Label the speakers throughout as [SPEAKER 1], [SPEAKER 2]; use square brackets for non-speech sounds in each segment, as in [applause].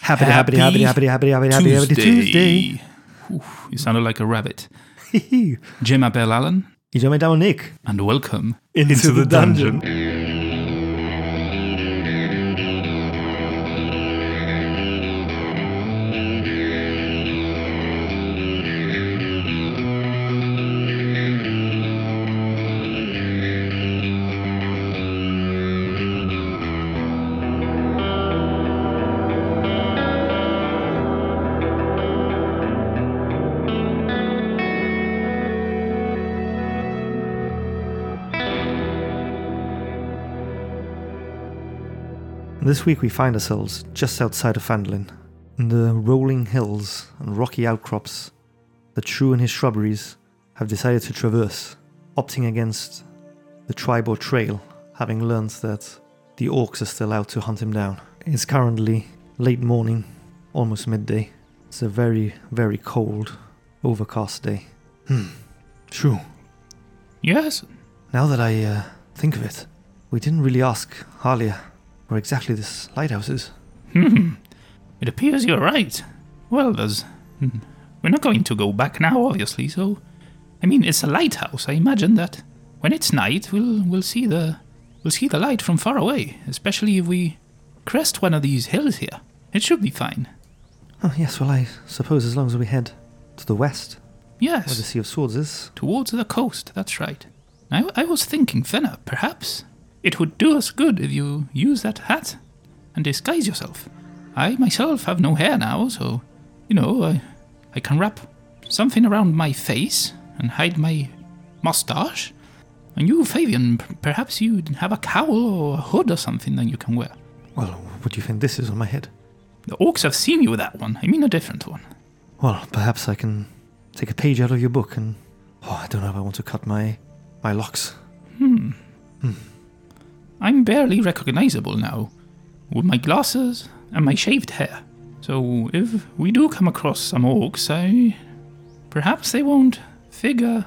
[SPEAKER 1] Happy, happy, happy, happy, happy, happy, happy, happy Tuesday.
[SPEAKER 2] Oof, you sounded like a rabbit.
[SPEAKER 1] [laughs] you
[SPEAKER 2] Je m'appelle Alan,
[SPEAKER 1] don't make that one, Nick.
[SPEAKER 2] and welcome
[SPEAKER 1] Into the dungeon. This week we find ourselves just outside of Fandolin, in the rolling hills and rocky outcrops that True and his shrubberies have decided to traverse, opting against the tribal trail, having learnt that the orcs are still out to hunt him down. It's currently late morning, almost midday. It's a very, very cold, overcast day. Hmm. True.
[SPEAKER 2] Yes.
[SPEAKER 1] Now that I uh, think of it, we didn't really ask Harlia where exactly this lighthouse is.
[SPEAKER 2] Hmm. It appears you're right. Well, there's. hmm, We're not going to go back now, obviously, so. I mean, it's a lighthouse. I imagine that when it's night, we'll, we'll see the. We'll see the light from far away, especially if we crest one of these hills here. It should be fine.
[SPEAKER 1] Oh, yes, well, I suppose as long as we head to the west, where the
[SPEAKER 2] Yes,
[SPEAKER 1] Sea of Swords is.
[SPEAKER 2] towards the coast, that's right. I, I was thinking, Fenner, perhaps it would do us good if you use that hat and disguise yourself. I myself have no hair now, so, you know, I, I can wrap something around my face and hide my mustache. And you, Fabian, p- perhaps you'd have a cowl or a hood or something that you can wear.
[SPEAKER 1] Well, what do you think this is on my head?
[SPEAKER 2] The orcs have seen you with that one. I mean, a different one.
[SPEAKER 1] Well, perhaps I can take a page out of your book and. Oh, I don't know if I want to cut my my locks.
[SPEAKER 2] I'm barely recognizable now, with my glasses and my shaved hair. So if we do come across some orcs, I perhaps they won't figure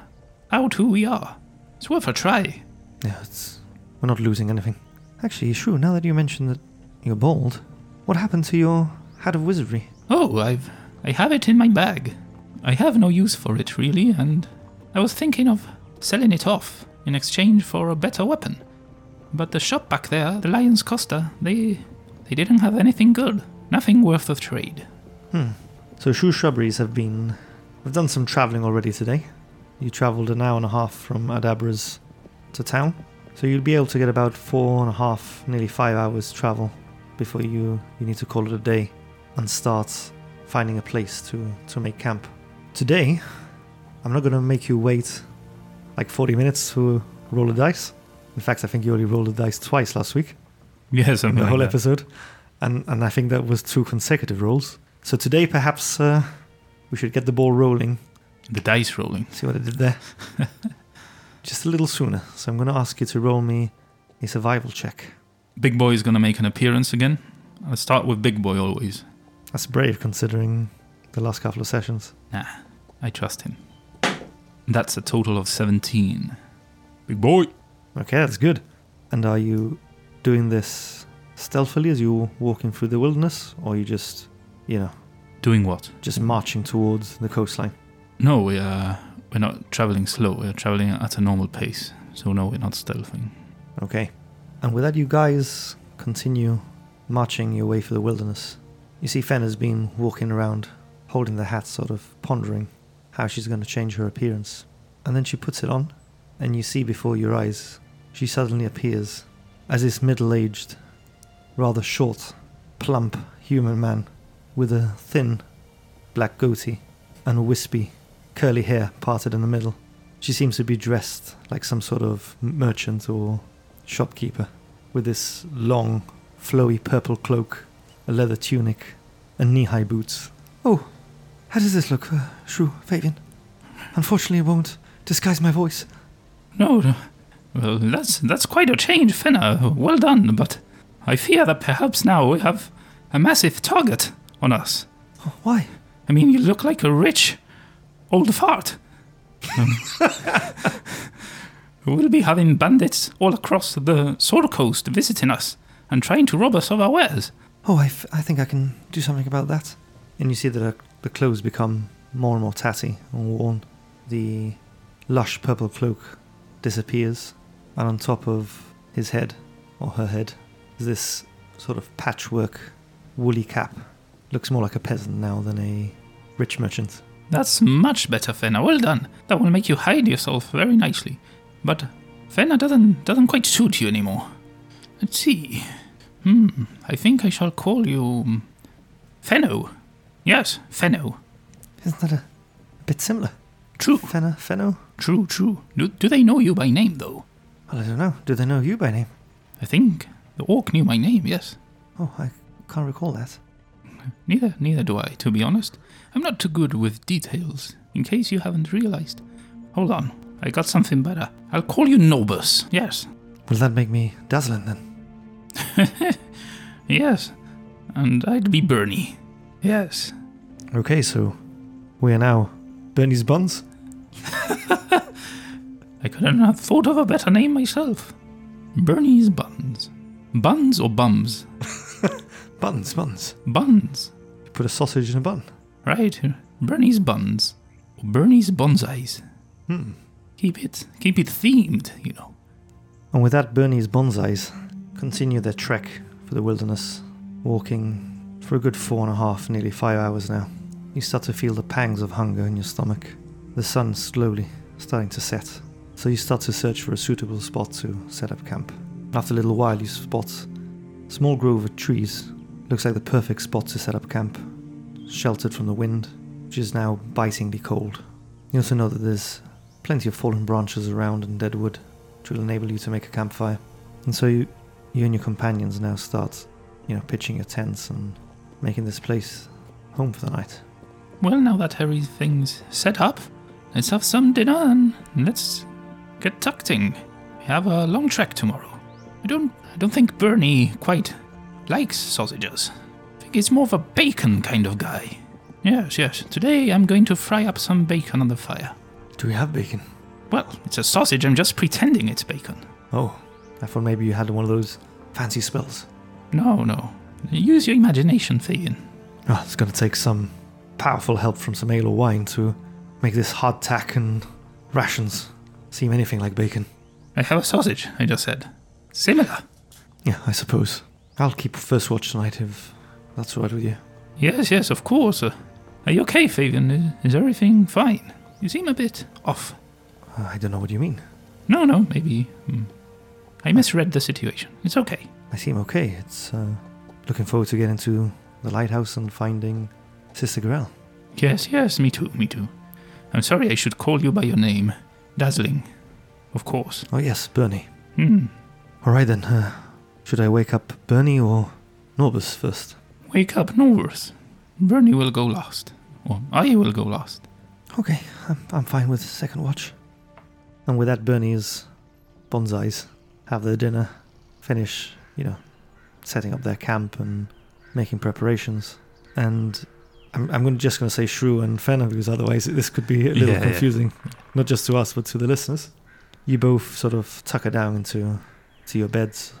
[SPEAKER 2] out who we are. It's worth a try.
[SPEAKER 1] Yeah, it's we're not losing anything. Actually, sure. Now that you mention that you're bald, what happened to your hat of wizardry?
[SPEAKER 2] Oh, I've I have it in my bag. I have no use for it really, and I was thinking of selling it off in exchange for a better weapon. But the shop back there, the Lions Costa, they they didn't have anything good. Nothing worth the trade.
[SPEAKER 1] So shoe shrubberies have been. We've done some travelling already today. You travelled an hour and a half from Adabra's to town, so you'll be able to get about four and a half, nearly five hours travel before you you need to call it a day and start finding a place to to make camp. Today, I'm not going to make you wait like 40 minutes to roll a dice. In fact, I think you only rolled a dice twice last week
[SPEAKER 2] Yes, I'm
[SPEAKER 1] in the whole episode, and and I think that was two consecutive rolls. So today, perhaps uh, we should get the ball rolling.
[SPEAKER 2] The dice rolling.
[SPEAKER 1] See what I did there. Just a little sooner. So I'm going to ask you to roll me a survival check.
[SPEAKER 2] Big Boy is going to make an appearance again. I start with Big Boy always.
[SPEAKER 1] That's brave considering the last couple of sessions.
[SPEAKER 2] Nah, I trust him. That's a total of 17. Big Boy!
[SPEAKER 1] Okay, that's good. And are you doing this stealthily as you're walking through the wilderness, or are you just, you know,
[SPEAKER 2] Doing what?
[SPEAKER 1] just marching towards the coastline?
[SPEAKER 2] No, we are, we're not traveling slow. We're traveling at a normal pace. So, no, we're not stealthing.
[SPEAKER 1] Okay. And with that, you guys continue marching your way through the wilderness. You see Fen has been walking around, holding the hat, sort of pondering how she's going to change her appearance. And then she puts it on, and you see before your eyes, she suddenly appears as this middle aged, rather short, plump human man with a thin black goatee and wispy, curly hair parted in the middle. She seems to be dressed like some sort of merchant or shopkeeper, with this long, flowy purple cloak, a leather tunic, and knee high boots. Oh, how does this look, uh, Shrew, Fabian? Unfortunately, it won't disguise my voice.
[SPEAKER 2] No, no. Well, that's, that's quite a change, Fenner. Well done, but I fear that perhaps now we have a massive target on us.
[SPEAKER 1] Why?
[SPEAKER 2] I mean, you look like a rich old fart. Um, [laughs] we'll be having bandits all across the Sword Coast visiting us and trying to rob us of our wares.
[SPEAKER 1] Oh, I, f- I think I can do something about that. And you see that her, the clothes become more and more tatty and worn. The lush purple cloak disappears, and on top of his head, or her head, is this sort of patchwork woolly cap. Looks more like a peasant now than a rich merchant.
[SPEAKER 2] That's much better, Fenna. Well done. That will make you hide yourself very nicely. But Fenna doesn't doesn't quite suit you anymore. Let's see. Hmm. I think I shall call you mm, Fenno. Yes, Fenno.
[SPEAKER 1] Isn't that a, a bit similar?
[SPEAKER 2] True,
[SPEAKER 1] Fenna, Fenno?
[SPEAKER 2] true, true. Do, do they know you by name though?
[SPEAKER 1] Well, I don't know. Do they know you by name?
[SPEAKER 2] I think the orc knew my name. Yes.
[SPEAKER 1] Oh, I can't recall that.
[SPEAKER 2] Neither neither do I. To be honest, I'm not too good with details. In case you haven't realized. Hold on. I got something better. I'll call you Nobus. Yes.
[SPEAKER 1] Will that make me dazzling then?
[SPEAKER 2] Yes. And I'd be Bernie. Yes.
[SPEAKER 1] Okay, so we are now Bernie's Buns?
[SPEAKER 2] I couldn't have thought of a better name myself. Bernie's Buns. Buns or bums?
[SPEAKER 1] Buns, buns.
[SPEAKER 2] Buns.
[SPEAKER 1] You put a sausage in a bun.
[SPEAKER 2] Right. Bernie's Buns. Or Bernie's Bonsais.
[SPEAKER 1] Hmm.
[SPEAKER 2] Keep it keep it themed, you know.
[SPEAKER 1] And with that, Bernie's bonsais continue their trek for the wilderness, walking for a good four and a half, nearly five hours now. You start to feel the pangs of hunger in your stomach. The sun slowly starting to set, so you start to search for a suitable spot to set up camp. After a little while, you spot a small grove of trees. Looks like the perfect spot to set up camp, sheltered from the wind, which is now bitingly cold. You also know that there's plenty of fallen branches around and dead wood, which will enable you to make a campfire. And so you, you and your companions now start, you know, pitching your tents and making this place home for the night.
[SPEAKER 2] Well now that everything's set up, let's have some dinner and let's get tucking. We have a long trek tomorrow. I don't I don't think Bernie quite likes sausages. I think he's more of a bacon kind of guy. Yes, yes. Today I'm going to fry up some bacon on the fire.
[SPEAKER 1] Do we have bacon?
[SPEAKER 2] Well, it's a sausage, I'm just pretending it's bacon.
[SPEAKER 1] Oh, I thought maybe you had one of those fancy spells.
[SPEAKER 2] No, no. Use your imagination, Fabian.
[SPEAKER 1] Oh, it's going to take some powerful help from some ale or wine to make this hardtack and rations seem anything like bacon.
[SPEAKER 2] I have a sausage, I just said. Similar.
[SPEAKER 1] Yeah, I suppose. I'll keep first watch tonight if that's all right with you.
[SPEAKER 2] Yes, yes, of course. Uh, are you okay, Fabian? Is, is everything fine? You seem a bit off.
[SPEAKER 1] Uh, I don't know what you mean.
[SPEAKER 2] No, no, maybe. mm, I misread the situation. It's okay.
[SPEAKER 1] I seem okay. It's uh, looking forward to getting to the lighthouse and finding Sister Grell.
[SPEAKER 2] Yes, yes, me too, me too. I'm sorry I should call you by your name. Dazzling. Of course.
[SPEAKER 1] Oh yes, Bernie.
[SPEAKER 2] Hmm.
[SPEAKER 1] All right then. Uh, should I wake up Bernie or Norbus first?
[SPEAKER 2] Wake up, no worse. Bernie will go last. Or I will go last.
[SPEAKER 1] Okay, I'm, I'm fine with second watch. And with that, Bernie's bonsais have their dinner, finish, you know, setting up their camp and making preparations. And I'm, I'm gonna, just going to say Shrew and Fenner because otherwise this could be a little
[SPEAKER 2] Yeah, yeah.
[SPEAKER 1] confusing, not just to us but to the listeners. You both sort of tucker down into to your beds,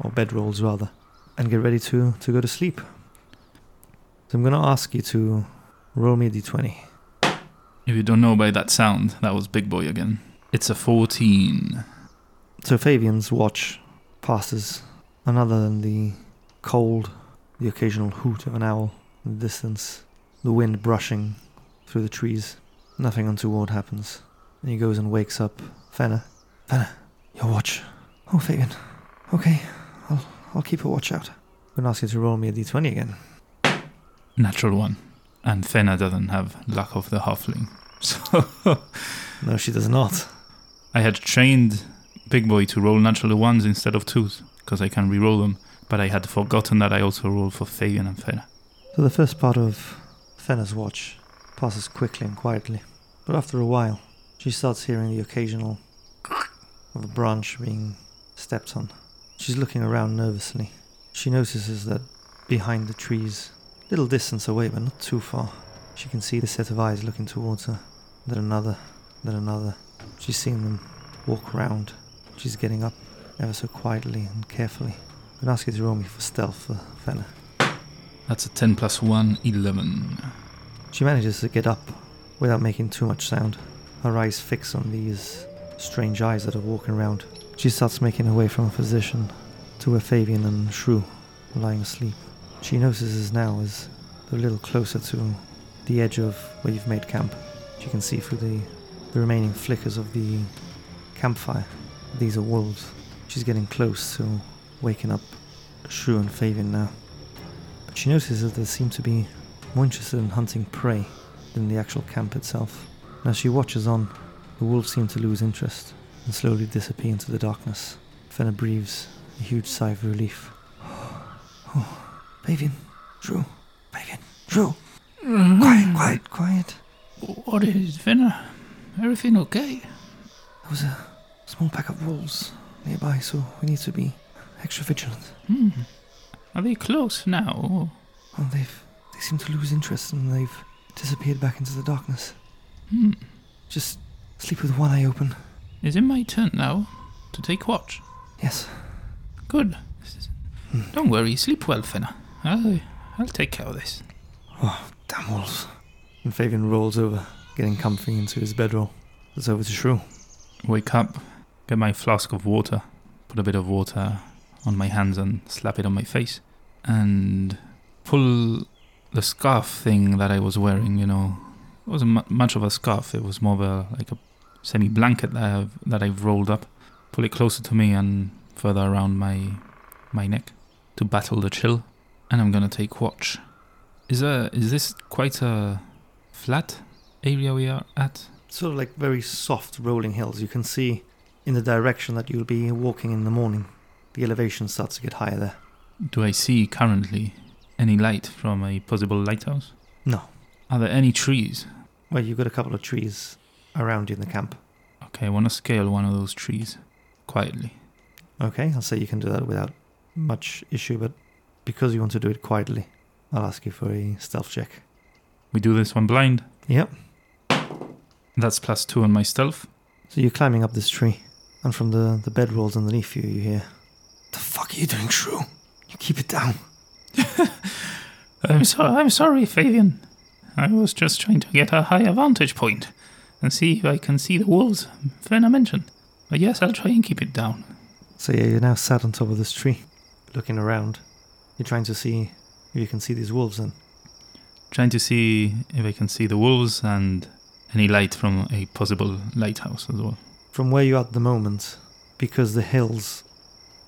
[SPEAKER 1] or bedrolls rather, and get ready to, to go to sleep. So I'm going to ask you to roll me a d20.
[SPEAKER 2] If you don't know by that sound, that was Big Boy again. It's a 14.
[SPEAKER 1] So Fabian's watch passes, and other than the cold, the occasional hoot of an owl in the distance, the wind brushing through the trees, nothing untoward happens. And he goes and wakes up Fenner. Fenner, your watch. Oh, Fabian. Okay, I'll, I'll keep a watch out. I'm going to ask you to roll me a d20 again.
[SPEAKER 2] Natural one. And Fenna doesn't have luck of the halfling. [laughs] So
[SPEAKER 1] No, she does not.
[SPEAKER 2] I had trained Big Boy to roll natural ones instead of twos, because I can reroll them. But I had forgotten that I also roll for Fabian and Fenna.
[SPEAKER 1] So the first part of Fenner's watch passes quickly and quietly, but after a while, she starts hearing the occasional of a branch being stepped on. She's looking around nervously. She notices that behind the trees, little distance away but not too far, she can see the set of eyes looking towards her. Then another, then another. She's seeing them walk round. She's getting up ever so quietly and carefully. I'm gonna ask you to roll me for stealth, uh, Fenner.
[SPEAKER 2] That's a 10 plus 1, 11.
[SPEAKER 1] She manages to get up without making too much sound, her eyes fixed on these strange eyes that are walking around. She starts making her way from her position to where Fabian and Shrew are lying asleep. She notices now as they're a little closer to the edge of where you've made camp. She can see through the, the remaining flickers of the campfire. These are wolves. She's getting close to waking up Shrew and Fabian now. But she notices that they seem to be more interested in hunting prey than the actual camp itself. And as she watches on, the wolves seem to lose interest and slowly disappear into the darkness. Fenner breathes a huge sigh of relief. [sighs] Oh, Pavian, Drew, Pavian, Drew, quiet, quiet, quiet.
[SPEAKER 2] What is it, Fenner? Everything okay?
[SPEAKER 1] There was a small pack of wolves nearby, so we need to be extra vigilant.
[SPEAKER 2] Hmm. Are they close now? or-
[SPEAKER 1] Oh, they've they seem to lose interest and they've disappeared back into the darkness.
[SPEAKER 2] Hmm.
[SPEAKER 1] Just sleep with one eye open.
[SPEAKER 2] Is it my turn now to take watch?
[SPEAKER 1] Yes.
[SPEAKER 2] Good. Don't worry, sleep well, Fenner. I, I'll take care of this.
[SPEAKER 1] Damn wolves. And Fabian rolls over, getting comfy into his bedroll. It's over to Shrew.
[SPEAKER 2] Wake up, get my flask of water, put a bit of water on my hands and slap it on my face, and pull the scarf thing that I was wearing. You know, it wasn't mu- much of a scarf. It was more of a like a semi blanket that I've that I've rolled up. Pull it closer to me and further around my my neck to battle the chill. And I'm gonna take watch. Is a is this quite a flat area we are at?
[SPEAKER 1] sort of like very soft rolling hills. You can see in the direction that you'll be walking in the morning. The elevation starts to get higher there.
[SPEAKER 2] Do I see currently any light from a possible lighthouse?
[SPEAKER 1] No.
[SPEAKER 2] Are there any trees?
[SPEAKER 1] Well, you've got a couple of trees around you in the camp.
[SPEAKER 2] Okay, I want to scale one of those trees quietly.
[SPEAKER 1] Okay, I'll say you can do that without much issue, but because you want to do it quietly, I'll ask you for a stealth check.
[SPEAKER 2] We do this one blind.
[SPEAKER 1] Yep.
[SPEAKER 2] That's plus two on my stealth.
[SPEAKER 1] So you're climbing up this tree, and from the, the bedrolls underneath you, you hear, The fuck are you doing, Shrew? You keep it down.
[SPEAKER 2] I'm sorry, I'm sorry, Fabian. I was just trying to get a higher vantage point and see if I can see the wolves Fenna mentioned. But yes, I'll try and keep it down.
[SPEAKER 1] So yeah, you're now sat on top of this tree, looking around. You're trying to see if you can see these wolves then.
[SPEAKER 2] Trying to see if I can see the wolves and any light from a possible lighthouse as well.
[SPEAKER 1] From where you are at the moment, because the hills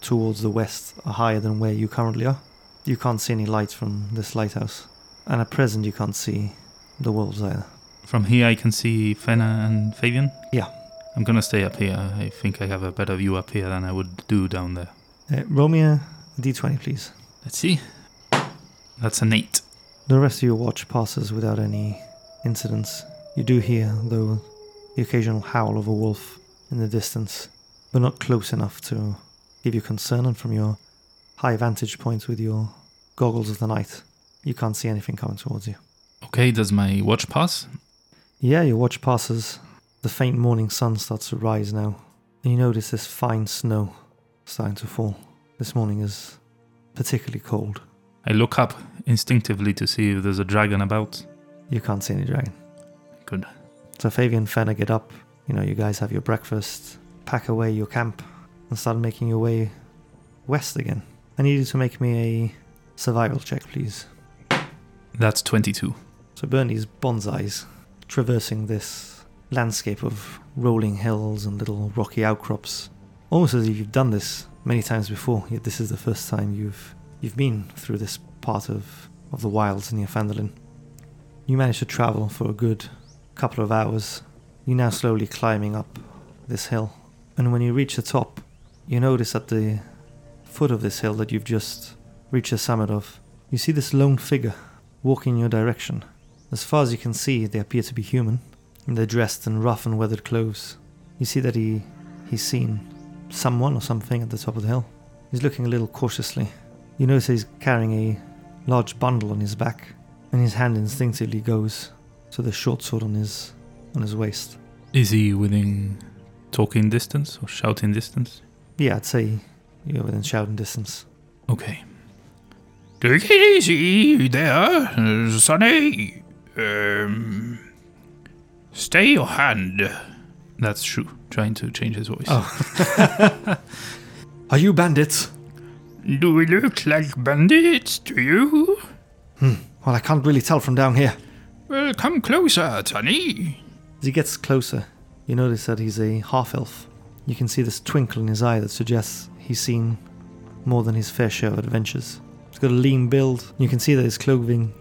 [SPEAKER 1] towards the west are higher than where you currently are, you can't see any light from this lighthouse. And at present, you can't see the wolves either.
[SPEAKER 2] From here, I can see Fenna and Fabian.
[SPEAKER 1] Yeah.
[SPEAKER 2] I'm gonna stay up here. I think I have a better view up here than I would do down there.
[SPEAKER 1] Uh, roll me a d20, please.
[SPEAKER 2] Let's see. That's an eight.
[SPEAKER 1] The rest of your watch passes without any incidents. You do hear, though, the occasional howl of a wolf in the distance, but not close enough to give you concern, and from your high vantage point with your goggles of the night, you can't see anything coming towards you.
[SPEAKER 2] Okay, does my watch pass?
[SPEAKER 1] Yeah, your watch passes. The faint morning sun starts to rise now, and you notice this fine snow starting to fall. This morning is particularly cold.
[SPEAKER 2] I look up instinctively to see if there's a dragon about.
[SPEAKER 1] You can't see any dragon.
[SPEAKER 2] Good.
[SPEAKER 1] So Fabian and Fenner get up. You know, you guys have your breakfast, pack away your camp, and start making your way west again. I need you to make me a survival check, please.
[SPEAKER 2] That's 22.
[SPEAKER 1] So Bernie's bonsais traversing this landscape of rolling hills and little rocky outcrops. Almost as if you've done this many times before, yet this is the first time you've you've been through this part of, of the wilds near Fandolin. You manage to travel for a good couple of hours. You're now slowly climbing up this hill. And when you reach the top, you notice at the foot of this hill that you've just reached the summit of, you see this lone figure walking in your direction. As far as you can see, they appear to be human, and they're dressed in rough and weathered clothes. You see that he he's seen someone or something at the top of the hill. He's looking a little cautiously. You notice he's carrying a large bundle on his back, and his hand instinctively goes to the short sword on his on his waist.
[SPEAKER 2] Is he within talking distance or shouting distance?
[SPEAKER 1] Yeah, I'd say you're within shouting distance.
[SPEAKER 2] Okay. Take it easy there, uh, Sonny. Um, stay your hand. That's true. Trying to change his voice.
[SPEAKER 1] Oh. Are you bandits?
[SPEAKER 2] Do we look like bandits to you?
[SPEAKER 1] Well, I can't really tell from down here.
[SPEAKER 2] Well, come closer, Sonny.
[SPEAKER 1] As he gets closer, you notice that he's a half elf. You can see this twinkle in his eye that suggests he's seen more than his fair share of adventures. He's got a lean build. You can see that his clothing,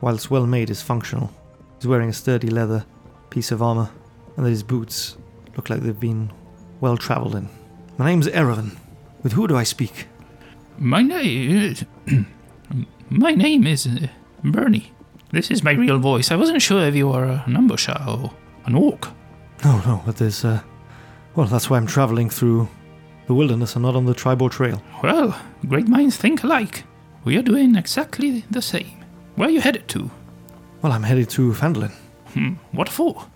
[SPEAKER 1] while it's well made, is functional. He's wearing a sturdy leather piece of armor, and that his boots look like they've been well traveled in. My name's Erevan. With who do I speak?
[SPEAKER 2] My name [clears throat] is. my name is uh, Bernie. This is my real voice. I wasn't sure if you were an ambusher or an orc.
[SPEAKER 1] No, no, but there's, uh. Well, that's why I'm traveling through the wilderness and not on the tribal trail.
[SPEAKER 2] Well, great minds think alike. We are doing exactly the same. Where are you headed to?
[SPEAKER 1] Well, I'm headed to Fandolin.
[SPEAKER 2] Hmm, what for?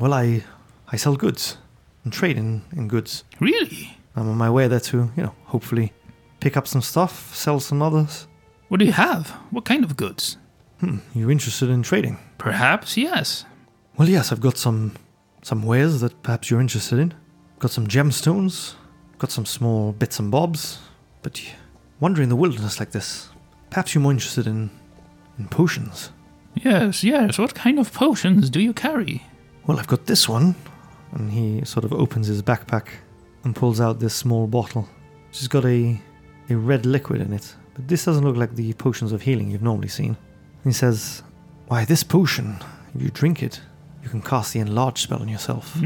[SPEAKER 1] Well, I. I sell goods and trade in, in goods.
[SPEAKER 2] Really?
[SPEAKER 1] I'm on my way there to, you know, hopefully pick up some stuff, sell some others.
[SPEAKER 2] What do you have? What kind of goods?
[SPEAKER 1] Hmm, you're interested in trading?
[SPEAKER 2] Perhaps, yes.
[SPEAKER 1] Well, yes, I've got some some wares that perhaps you're interested in. Got some gemstones, got some small bits and bobs. But y- wandering the wilderness like this, perhaps you're more interested in in potions.
[SPEAKER 2] Yes, yes. What kind of potions do you carry?
[SPEAKER 1] Well, I've got this one, and he sort of opens his backpack and pulls out this small bottle. It's got a a red liquid in it, but this doesn't look like the potions of healing you've normally seen. And he says, "Why, this potion? If you drink it, you can cast the enlarge spell on yourself."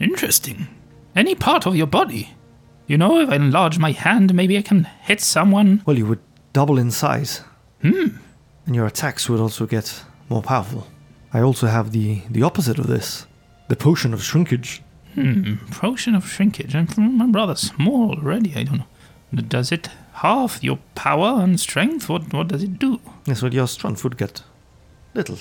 [SPEAKER 2] Interesting. Any part of your body? You know, if I enlarge my hand, maybe I can hit someone.
[SPEAKER 1] Well, you would double in size. Hmm. And your attacks would also get more powerful. I also have the, the opposite of this the potion of shrinkage.
[SPEAKER 2] Potion of shrinkage. I'm, I'm rather small already. I don't know. Does it half your power and strength? What What does it do?
[SPEAKER 1] That's what your strength would get. Little,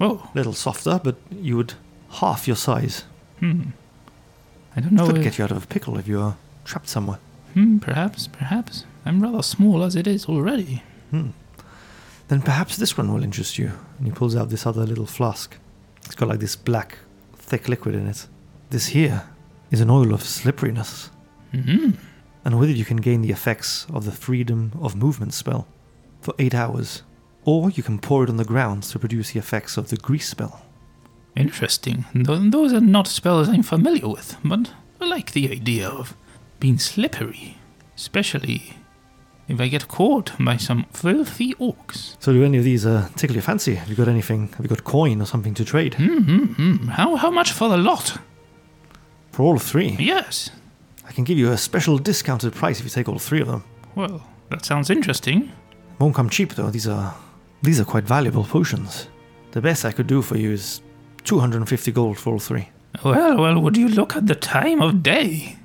[SPEAKER 2] Oh,
[SPEAKER 1] little softer, but you would half your size.
[SPEAKER 2] I don't know.
[SPEAKER 1] Could
[SPEAKER 2] if-
[SPEAKER 1] get you out of a pickle if you're trapped somewhere.
[SPEAKER 2] Hmm, perhaps, perhaps. I'm rather small as it is already.
[SPEAKER 1] Then perhaps this one will interest you. And he pulls out this other little flask. It's got like this black, thick liquid in it. This here is an oil of slipperiness.
[SPEAKER 2] Mhm.
[SPEAKER 1] And with it, you can gain the effects of the freedom of movement spell for eight hours. Or you can pour it on the ground to produce the effects of the grease spell.
[SPEAKER 2] Interesting. Th- those are not spells I'm familiar with, but I like the idea of being slippery, especially if I get caught by some filthy orcs.
[SPEAKER 1] So, do any of these uh, tickle your fancy? Have you got anything? Have you got coin or something to trade?
[SPEAKER 2] Hmm, How how much for the lot?
[SPEAKER 1] For all three,
[SPEAKER 2] Yes.
[SPEAKER 1] I can give you a special discounted price if you take all three of them.
[SPEAKER 2] Well, that sounds interesting.
[SPEAKER 1] Won't come cheap though. These are these are quite valuable potions. The best I could do for you is 250 gold for all three.
[SPEAKER 2] Well, well, would you look at the time of day?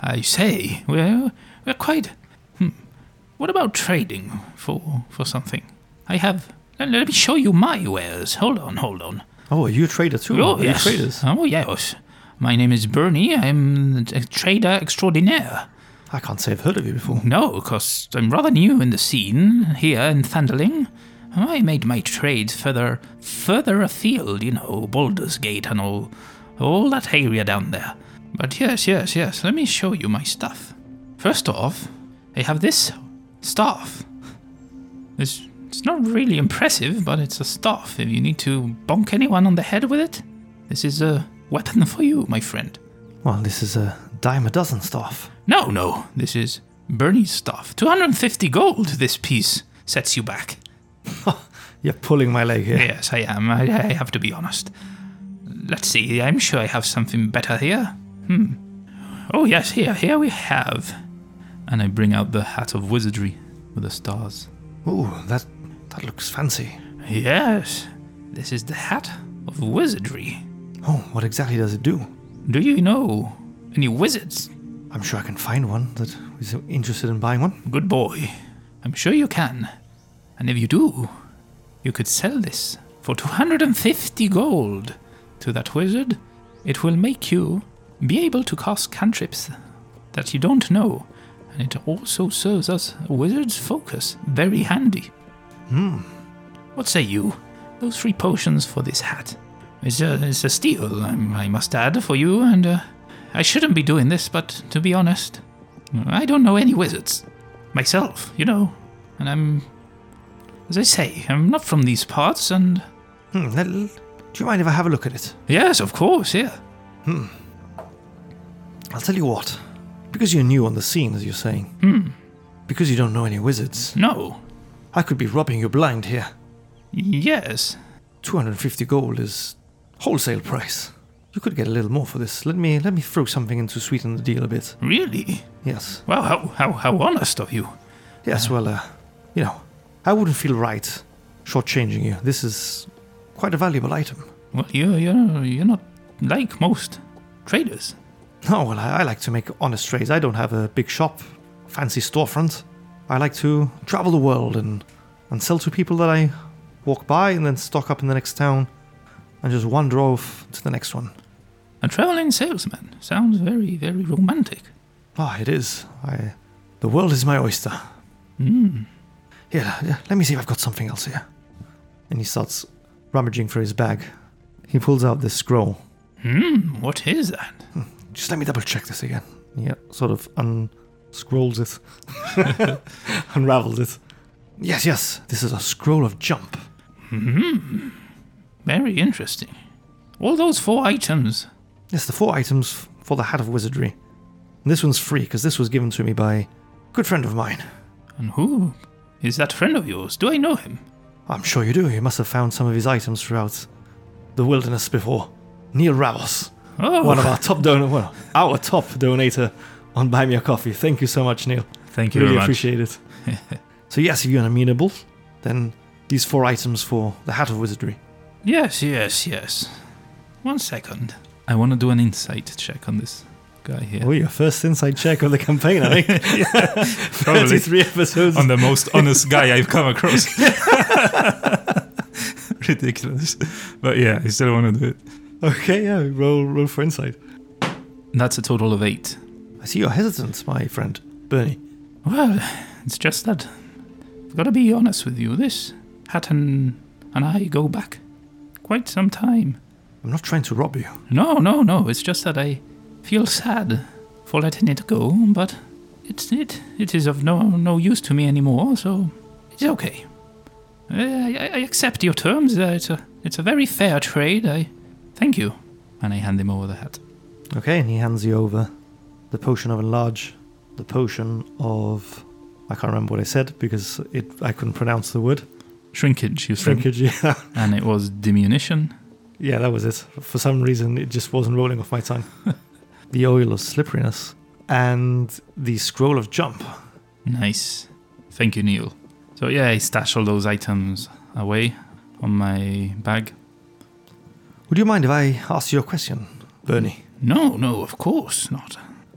[SPEAKER 2] I say, we're, we're quite. Hmm. What about trading for, for something? I have. Let, let me show you my wares. Hold on, hold on.
[SPEAKER 1] Oh, are you a trader too?
[SPEAKER 2] Oh,
[SPEAKER 1] are
[SPEAKER 2] yes.
[SPEAKER 1] you traders?
[SPEAKER 2] Oh, yes. My name is Bernie. I'm a trader extraordinaire.
[SPEAKER 1] I can't say I've heard of you before.
[SPEAKER 2] No, because I'm rather new in the scene here in Thunderling. I made my trades further further afield, you know, Baldur's Gate and all, all that area down there. But yes, yes, yes, let me show you my stuff. First off, I have this staff. It's, it's not really impressive, but it's a staff. If you need to bonk anyone on the head with it, this is a weapon [laughs] for you, my friend.
[SPEAKER 1] Well, this is a dime a dozen staff.
[SPEAKER 2] No, no, this is Bernie's stuff. 250 gold this piece sets you back.
[SPEAKER 1] You're pulling my leg here.
[SPEAKER 2] Yes, I am. I, I have to be honest. Let's see, I'm sure I have something better here. Hmm. Oh, yes, here, here we have. And I bring out the hat of wizardry with the stars.
[SPEAKER 1] Ooh, that that looks fancy.
[SPEAKER 2] Yes, this is the hat of wizardry.
[SPEAKER 1] Oh, what exactly does it do?
[SPEAKER 2] Do you know any wizards?
[SPEAKER 1] I'm sure I can find one that is interested in buying one.
[SPEAKER 2] Good boy. I'm sure you can. And if you do, you could sell this for 250 gold to that wizard. It will make you be able to cast cantrips that you don't know and it also serves as a wizard's focus. Very handy.
[SPEAKER 1] Hmm.
[SPEAKER 2] What say you? Those three potions for this hat. It's a, it's a steal, um, I must add, for you, and uh, I shouldn't be doing this, but to be honest, I don't know any wizards. Myself, you know. And I'm. As I say, I'm not from these parts, and.
[SPEAKER 1] Hmm. let- l- do you mind if I have a look at it?
[SPEAKER 2] Yes, of course, yeah.
[SPEAKER 1] I'll tell you what. Because you're new on the scene, as you're saying, because you don't know any wizards,
[SPEAKER 2] No.
[SPEAKER 1] I could be robbing you blind here.
[SPEAKER 2] Yes.
[SPEAKER 1] 250 gold is wholesale price. You could get a little more for this. Let me let me throw something in to sweeten the deal a bit.
[SPEAKER 2] Really?
[SPEAKER 1] Yes.
[SPEAKER 2] Wow, how, how, how honest of you.
[SPEAKER 1] Yes, well, uh, you know, I wouldn't feel right shortchanging you. This is quite a valuable item.
[SPEAKER 2] Well, you, you're, you're not like most traders.
[SPEAKER 1] No, well, I, I like to make honest trades. I don't have a big shop, fancy storefront. I like to travel the world and, and sell to people that I walk by and then stock up in the next town and just wander off to the next one.
[SPEAKER 2] A traveling salesman sounds very, very romantic.
[SPEAKER 1] Ah, it is. I, the world is my oyster.
[SPEAKER 2] Mm.
[SPEAKER 1] Here, l- let me see if I've got something else here. And he starts rummaging for his bag. He pulls out this scroll.
[SPEAKER 2] Hmm, what is that?
[SPEAKER 1] Just let me double check this again. Yeah, sort of unscrolls it, [laughs] unravels it. Yes, yes, this is a scroll of jump.
[SPEAKER 2] Very interesting. All those four items.
[SPEAKER 1] Yes, the four items f- for the hat of wizardry. And this one's free because this was given to me by a good friend of mine.
[SPEAKER 2] And who is that friend of yours? Do I know him?
[SPEAKER 1] I'm sure you do. You must have found some of his items throughout the wilderness before. Neil Ravos.
[SPEAKER 2] Oh,
[SPEAKER 1] one of our top donor, well, our top donator on Buy Me a Coffee. Thank you so much, Neil.
[SPEAKER 2] thank
[SPEAKER 1] really appreciate it. so yes, if you're amenable, then these four items for the Hat of Wizardry.
[SPEAKER 2] Yes, yes, yes. One second. I want to do an insight check on this guy here.
[SPEAKER 1] Oh, your first inside check of the campaign, I think.
[SPEAKER 2] [laughs]
[SPEAKER 3] Probably.
[SPEAKER 1] Thirty-three episodes.
[SPEAKER 3] I'm the most honest guy I've come across. [laughs] Ridiculous. But yeah, I still want to do it.
[SPEAKER 1] Okay, yeah, roll, roll for inside.
[SPEAKER 2] That's a total of eight.
[SPEAKER 1] I see you're hesitant, my friend Bernie.
[SPEAKER 2] Well, it's just that. I've got to be honest with you. This Hatton and I go back quite some time.
[SPEAKER 1] I'm not trying to rob you.
[SPEAKER 2] No, no, no. It's just that I feel sad for letting it go, but it's it it is of no no use to me anymore. So it's okay. I, I, I accept your terms. Uh, it's a it's a very fair trade. I thank you, and I hand him over the hat.
[SPEAKER 1] Okay, and he hands you over the potion of enlarge, the potion of I can't remember what I said because it I couldn't pronounce the word.
[SPEAKER 2] Shrinkage, you said,
[SPEAKER 1] Shrinkage, yeah.
[SPEAKER 2] and it was diminution.
[SPEAKER 1] Yeah, that was it. For some reason, it just wasn't rolling off my tongue. the oil of slipperiness and the scroll of jump.
[SPEAKER 2] Nice. Thank you, Neil. So yeah, I stash all those items away on my bag.
[SPEAKER 1] Would you mind if I ask you a question, Bernie?
[SPEAKER 2] No, no, of course not.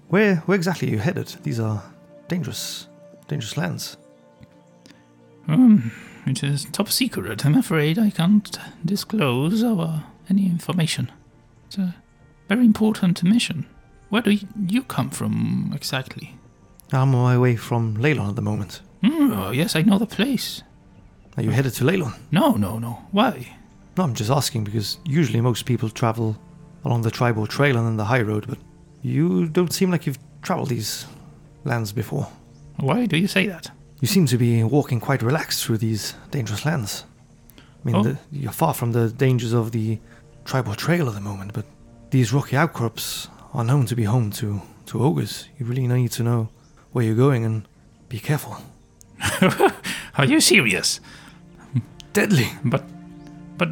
[SPEAKER 1] Where, where exactly are you headed? These are dangerous, dangerous lands.
[SPEAKER 2] Um, it is top secret. I'm afraid I can't disclose our any information. It's a very important mission. Where do y- you come from exactly?
[SPEAKER 1] I'm on my way from Leylon at the moment.
[SPEAKER 2] Hmm, oh, yes, I know the place.
[SPEAKER 1] Are you headed to Leylon?
[SPEAKER 2] No, no, no. Why?
[SPEAKER 1] No, I'm just asking because usually most people travel along the tribal trail and then the high road, but you don't seem like you've traveled these lands before.
[SPEAKER 2] Why do you say that?
[SPEAKER 1] You seem to be walking quite relaxed through these dangerous lands. I mean,
[SPEAKER 2] Oh.
[SPEAKER 1] the, you're far from the dangers of the tribal trail at the moment, but these rocky outcrops are known to be home to, to ogres. You really need to know where you're going and be careful.
[SPEAKER 2] Are you serious?
[SPEAKER 1] Deadly!
[SPEAKER 2] But, but,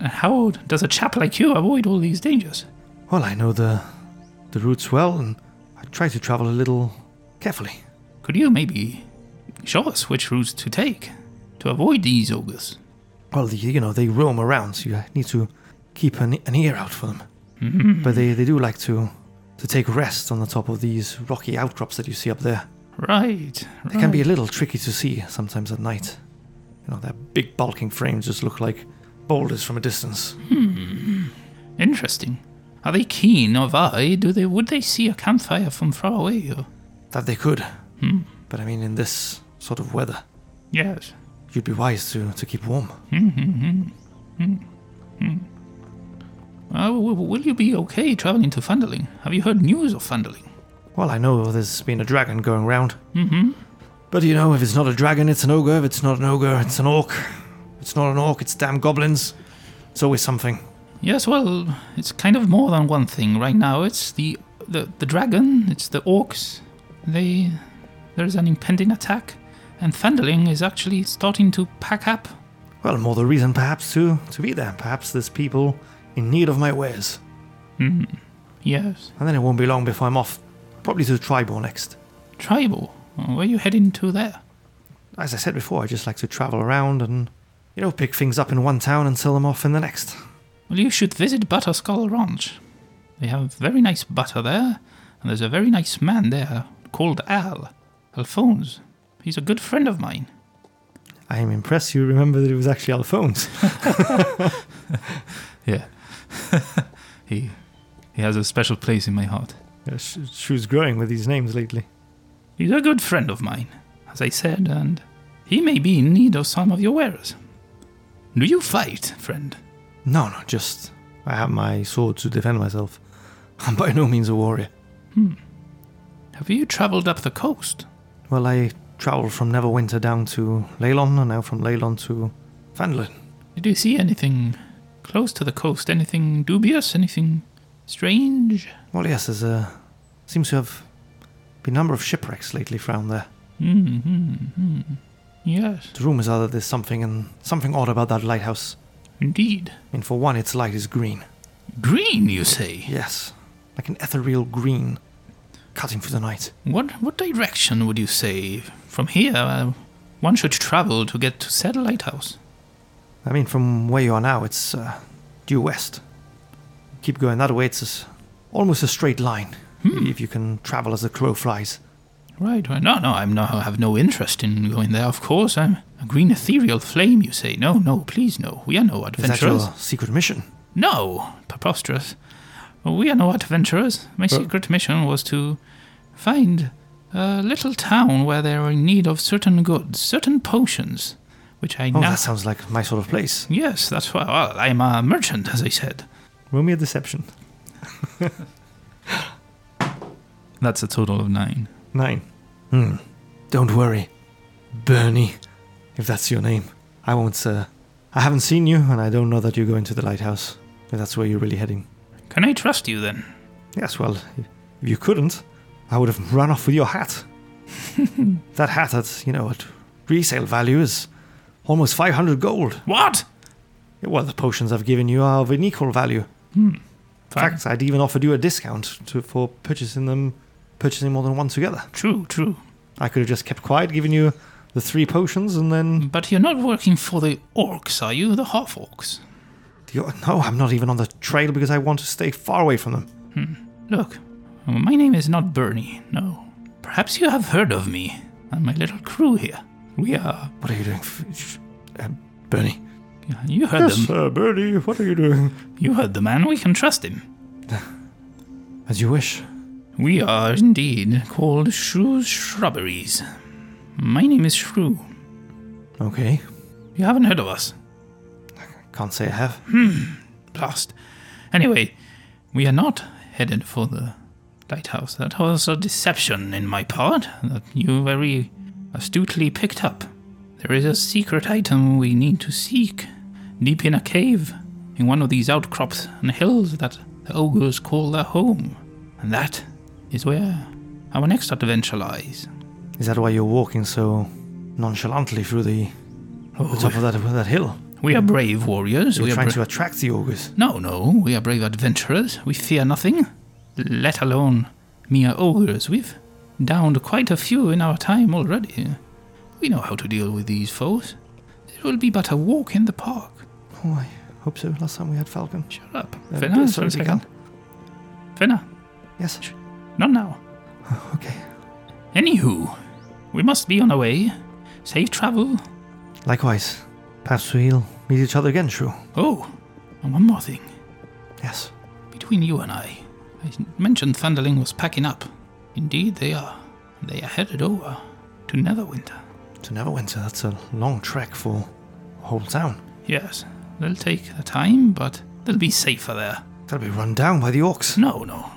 [SPEAKER 2] how does a chap like you avoid all these dangers?
[SPEAKER 1] Well, I know the, the routes well, and I try to travel a little carefully.
[SPEAKER 2] Could you maybe show us which routes to take to avoid these ogres?
[SPEAKER 1] Well, the, you know, they roam around, so you need to keep an, an ear out for them. But they, they do like to, to take rest on the top of these rocky outcrops that you see up there.
[SPEAKER 2] Right.
[SPEAKER 1] They can be a
[SPEAKER 2] Mm.
[SPEAKER 1] little tricky to see sometimes at night. You know, their big bulking frames just look like boulders from a distance.
[SPEAKER 2] Interesting. Are they keen of eye? Do they would they see a campfire from far away? Or
[SPEAKER 1] that they could.
[SPEAKER 2] Hmm.
[SPEAKER 1] But I mean, in this sort of weather,
[SPEAKER 2] Yes.
[SPEAKER 1] you'd be wise to, to keep warm.
[SPEAKER 2] Mm-hmm. Uh, w- w- will you be okay traveling to Fundaling? Have you heard news of Fundaling?
[SPEAKER 1] Well, I know there's been a dragon going round.
[SPEAKER 2] Mm-hmm.
[SPEAKER 1] But you know, if it's not a dragon, it's an ogre. If it's not an ogre, it's an orc. If it's not an orc, it's damn goblins. It's always something.
[SPEAKER 2] Yes, well, it's kind of more than one thing right now. It's the the, the dragon, it's the orcs. They there's an impending attack, and Fundaling is actually starting to pack up.
[SPEAKER 1] Well, more the reason perhaps to, to be there. Perhaps there's people in need of my wares.
[SPEAKER 2] Yes.
[SPEAKER 1] And then it won't be long before I'm off. Probably to Tribor next.
[SPEAKER 2] Tribal, where are you heading to there?
[SPEAKER 1] As I said before, I just like to travel around and, you know, pick things up in one town and sell them off in the next.
[SPEAKER 2] Well, you should visit Butter Skull Ranch. They have very nice butter there, and there's a very nice man there called Al, Alphonse. He's a good friend of mine.
[SPEAKER 1] I am impressed you remember that it was actually [laughs] Alphonse.
[SPEAKER 2] Yeah. he he has a special place in my heart.
[SPEAKER 1] yeah, sh- shoes growing with these names lately.
[SPEAKER 2] He's a good friend of mine, as I said, and he may be in need of some of your wares. Do you fight, friend?
[SPEAKER 1] No, no, just I have my sword to defend myself. [laughs] I'm by no means a warrior.
[SPEAKER 2] Have you traveled up the coast?
[SPEAKER 1] Well, I travelled from Neverwinter down to Leylon, and now from Leylon to Fandolin.
[SPEAKER 2] Did you see anything close to the coast? Anything dubious? Anything strange?
[SPEAKER 1] Well, yes, there's a seems to have been a number of shipwrecks lately found there.
[SPEAKER 2] Mm-hmm. Yes,
[SPEAKER 1] The rumours are that there's something and something odd about that lighthouse.
[SPEAKER 2] indeed.
[SPEAKER 1] I mean, for one, its light is green.
[SPEAKER 2] Green, you say?
[SPEAKER 1] Yes, like an ethereal green, cutting through the night.
[SPEAKER 2] What what direction would you say from here? Uh, one should travel to get to said lighthouse.
[SPEAKER 1] I mean, from where you are now, it's uh, due west. Keep going that way, it's a s almost a straight line. If you can travel as the crow flies.
[SPEAKER 2] Right, right. No, no, I'm no, I have no interest in going there. Of course, I'm a green ethereal flame. You say no, no, please, no. We are no
[SPEAKER 1] Is that your
[SPEAKER 2] adventurers.
[SPEAKER 1] secret mission?
[SPEAKER 2] No, preposterous. We are no adventurers. My secret mission was to find a little town where they are in need of certain goods, certain potions, which I
[SPEAKER 1] Oh,
[SPEAKER 2] now.
[SPEAKER 1] that sounds like my sort of place.
[SPEAKER 2] Yes, that's why. Well, I'm a merchant, as I said.
[SPEAKER 1] Roll me a deception.
[SPEAKER 2] That's a total of nine.
[SPEAKER 1] Nine. Hmm. Don't worry, Bernie, if that's your name. I won't, sir. I haven't seen you, and I don't know that you're going to the lighthouse. If that's where you're really heading.
[SPEAKER 2] Can I trust you then?
[SPEAKER 1] Yes, well, if you couldn't, I would have run off with your hat. that hat at, you know, at resale value is almost 500 gold.
[SPEAKER 2] What?
[SPEAKER 1] Well, the potions I've given you are of an equal value. In
[SPEAKER 2] Fine.
[SPEAKER 1] fact, I'd even offered you a discount to, for purchasing them, purchasing more than one together.
[SPEAKER 2] True, true.
[SPEAKER 1] I could have just kept quiet, given you the three potions, and then
[SPEAKER 2] But you're not working for the orcs, are you? The half orcs.
[SPEAKER 1] you- no, I'm not even on the trail because I want to stay far away from them.
[SPEAKER 2] Look, my name is not Bernie, no. Perhaps you have heard of me and my little crew here. We are.
[SPEAKER 1] What are you doing, F- sh- uh, Bernie?
[SPEAKER 2] You heard
[SPEAKER 1] Yes,
[SPEAKER 2] them.
[SPEAKER 1] sir, Bernie. What are you doing?
[SPEAKER 2] You heard the man. We can trust him.
[SPEAKER 1] As you wish.
[SPEAKER 2] We are indeed called Shrew's Shrubberies. My name is Shrew.
[SPEAKER 1] Okay.
[SPEAKER 2] You haven't heard of us.
[SPEAKER 1] Can't say I have.
[SPEAKER 2] Blast. Anyway, we are not headed for the lighthouse. That was a deception in my part that you very astutely picked up. There is a secret item we need to seek deep in a cave in one of these outcrops and hills that the ogres call their home. And that is where our next adventure lies.
[SPEAKER 1] Is that why you're walking so nonchalantly through the, the top of that, that hill?
[SPEAKER 2] We are brave
[SPEAKER 1] Oh,
[SPEAKER 2] warriors.
[SPEAKER 1] You're
[SPEAKER 2] we are
[SPEAKER 1] trying
[SPEAKER 2] bra-
[SPEAKER 1] to attract the ogres.
[SPEAKER 2] No, no, we are brave adventurers. We fear nothing, let alone mere ogres. We've downed quite a few in our time already. We know how to deal with these foes. It will be but a walk in the park.
[SPEAKER 1] Oh, I hope so. Last time we had Falcon.
[SPEAKER 2] Shut up.
[SPEAKER 1] Uh,
[SPEAKER 2] Fenna,
[SPEAKER 1] sorry,
[SPEAKER 2] one second. Fenna,
[SPEAKER 1] Yes.
[SPEAKER 2] not now.
[SPEAKER 1] Okay.
[SPEAKER 2] Anywho, we must be on our way. Safe travel.
[SPEAKER 1] Likewise. Perhaps we'll meet each other again, Shrew.
[SPEAKER 2] Oh, and one more thing.
[SPEAKER 1] Yes.
[SPEAKER 2] Between you and I, I mentioned Thunderling was packing up. Indeed, they are. They are headed over to Neverwinter.
[SPEAKER 1] To Neverwinter, that's a long trek for a whole town.
[SPEAKER 2] Yes, they'll take their time, but they'll be safer there.
[SPEAKER 1] Gotta be run down by the orcs.
[SPEAKER 2] No, no.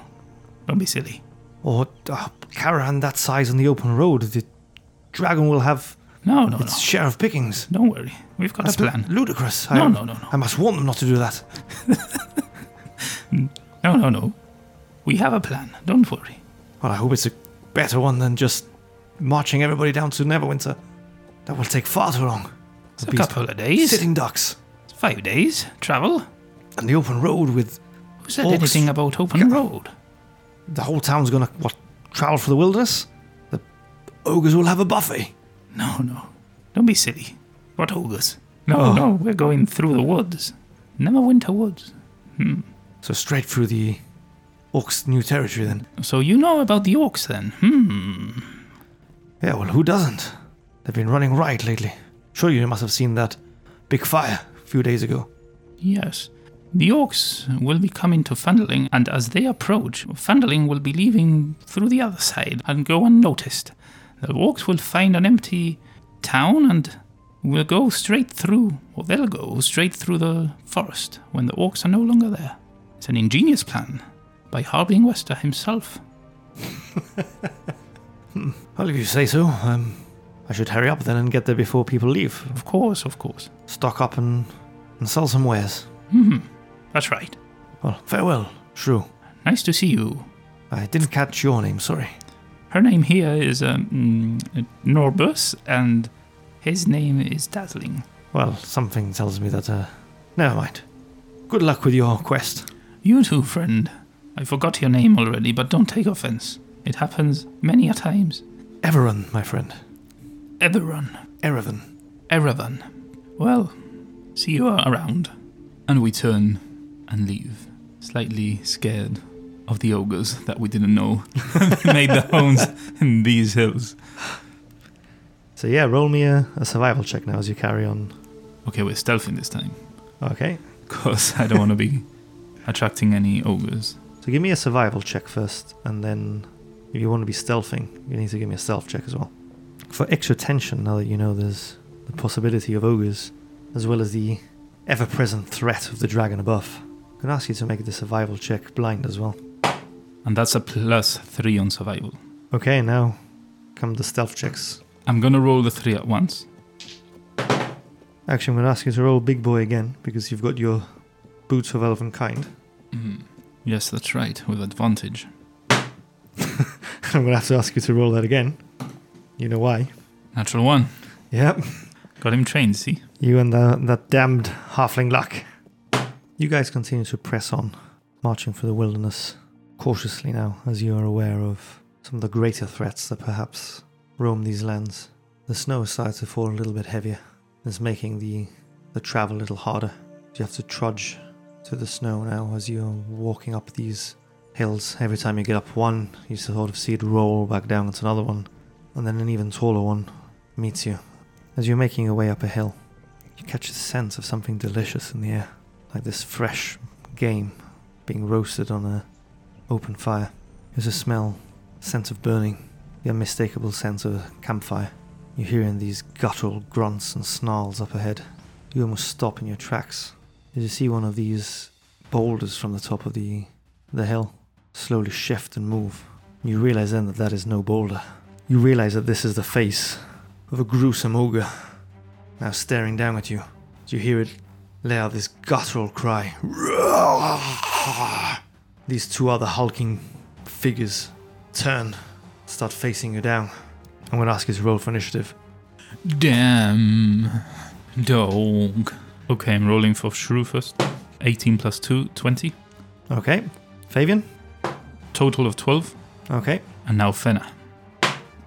[SPEAKER 2] Don't be silly.
[SPEAKER 1] Or a caravan that size on the open road, the dragon will have
[SPEAKER 2] No, no,
[SPEAKER 1] its share of pickings.
[SPEAKER 2] no. Don't worry. We've got
[SPEAKER 1] That's
[SPEAKER 2] a plan.
[SPEAKER 1] ludicrous. I,
[SPEAKER 2] No, no, no, no.
[SPEAKER 1] I must warn them not to do that.
[SPEAKER 2] No, no, no. We have a plan. Don't worry.
[SPEAKER 1] Well, I hope it's a better one than just marching everybody down to Neverwinter. That will take far too long.
[SPEAKER 2] It's a
[SPEAKER 1] Beast-
[SPEAKER 2] couple of days.
[SPEAKER 1] Sitting ducks
[SPEAKER 2] It's Five days. Travel.
[SPEAKER 1] and the open road with
[SPEAKER 2] Who said
[SPEAKER 1] Orcs.
[SPEAKER 2] anything about open road?
[SPEAKER 1] the whole town's gonna what travel for the wilderness. The ogres will have a buffet.
[SPEAKER 2] No, no. Don't be silly. What ogres? No,
[SPEAKER 1] Oh.
[SPEAKER 2] no. We're going through the woods. Neverwinter Woods.
[SPEAKER 1] So straight through the orcs' new territory then.
[SPEAKER 2] So you know about the orcs then? Hmm.
[SPEAKER 1] Yeah, well, who doesn't? They've been running riot lately. Sure, you must have seen that big fire a few days ago.
[SPEAKER 2] Yes. The orcs will be coming to Fandling, and as they approach, Fandling will be leaving through the other side and go unnoticed. The orcs will find an empty town and will go straight through, or they'll go straight through the forest when the orcs are no longer there. It's an ingenious plan by Harbing Wester himself.
[SPEAKER 1] Well, if you say so, um, I should hurry up then and get there before people leave.
[SPEAKER 2] Of course, of course.
[SPEAKER 1] Stock up and, and sell some wares.
[SPEAKER 2] That's right.
[SPEAKER 1] Well, farewell, Shrew.
[SPEAKER 2] Nice to see you.
[SPEAKER 1] I didn't catch your name, sorry.
[SPEAKER 2] Her name here is um, mm, Norbus, and his name is Dazzling.
[SPEAKER 1] Well, something tells me that, uh, never mind. Good luck with your quest.
[SPEAKER 2] You too, friend. I forgot your name already, but don't take offense. It happens many a times.
[SPEAKER 1] Everon, my friend.
[SPEAKER 2] Everon.
[SPEAKER 1] Erevan.
[SPEAKER 2] Erevan. Well, see you around.
[SPEAKER 4] And we turn and leave, slightly scared of the ogres that we didn't know [laughs] made their homes in these hills.
[SPEAKER 1] So yeah, roll me a, a survival check now as you carry on.
[SPEAKER 4] Okay, we're stealthing this time.
[SPEAKER 1] Okay.
[SPEAKER 4] Because I don't want to be attracting any ogres.
[SPEAKER 1] So give me a survival check first, and then if you want to be stealthing, you need to give me a stealth check as well. For extra tension, now that you know there's the possibility of ogres, as well as the ever present threat of the dragon above, I can ask you to make the survival check blind as well.
[SPEAKER 4] And that's a plus three on survival.
[SPEAKER 1] Okay, now come the stealth checks.
[SPEAKER 4] I'm going to roll the three at once.
[SPEAKER 1] Actually, I'm going to ask you to roll big boy again because you've got your boots of elven kind. [laughs]
[SPEAKER 2] Mm-hmm.
[SPEAKER 4] Yes, that's right, with advantage.
[SPEAKER 1] I'm going to have to ask you to roll that again. You know why?
[SPEAKER 4] Natural one.
[SPEAKER 1] Yep.
[SPEAKER 4] Got him trained, see?
[SPEAKER 1] You and the, that damned halfling luck. You guys continue to press on, marching through the wilderness cautiously now, as you are aware of some of the greater threats that perhaps roam these lands. The snow has started to fall a little bit heavier. It's making the, the travel a little harder. You have to trudge through the snow now as you're walking up these hills. Every time you get up one, you sort of see it roll back down into another one, and then an even taller one meets you. As you're making your way up a hill, you catch the sense of something delicious in the air, like this fresh game being roasted on a open fire. There's a smell, sense of burning, the unmistakable sense of a campfire. You're hearing these guttural grunts and snarls up ahead. You almost stop in your tracks as you see one of these boulders from the top of the the hill slowly shift and move. You realize then that that is no boulder. You realize that this is the face of a gruesome ogre now staring down at you. Do you hear it lay out this guttural cry? [laughs] These two other hulking figures turn, start facing you down. I'm going to ask you to roll for initiative.
[SPEAKER 4] Damn. Dog. Okay, I'm rolling for Shrew first. 18 plus 2, 20.
[SPEAKER 1] Okay. Fabian?
[SPEAKER 4] Total of 12.
[SPEAKER 1] Okay.
[SPEAKER 4] And now Fenna.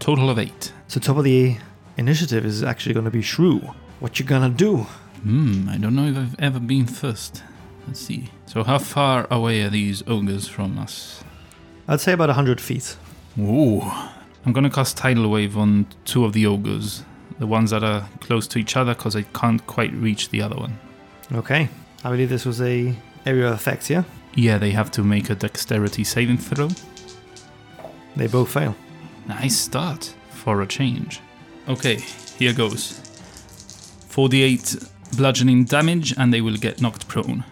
[SPEAKER 4] Total of 8.
[SPEAKER 1] So, top of the initiative is actually going to be Shrew. What you gonna do?
[SPEAKER 4] Hmm, I don't know if I've ever been first. Let's see. So, how far away are these ogres from us?
[SPEAKER 1] I'd say about 100 feet.
[SPEAKER 4] Ooh. I'm gonna cast Tidal Wave on two of the ogres. The ones that are close to each other because I can't quite reach the other one.
[SPEAKER 1] Okay. I believe this was a area of effect, yeah?
[SPEAKER 4] Yeah, they have to make a dexterity saving throw.
[SPEAKER 1] They both fail.
[SPEAKER 2] Nice start for a change. Okay, here goes. 48 bludgeoning damage, and they will get knocked prone.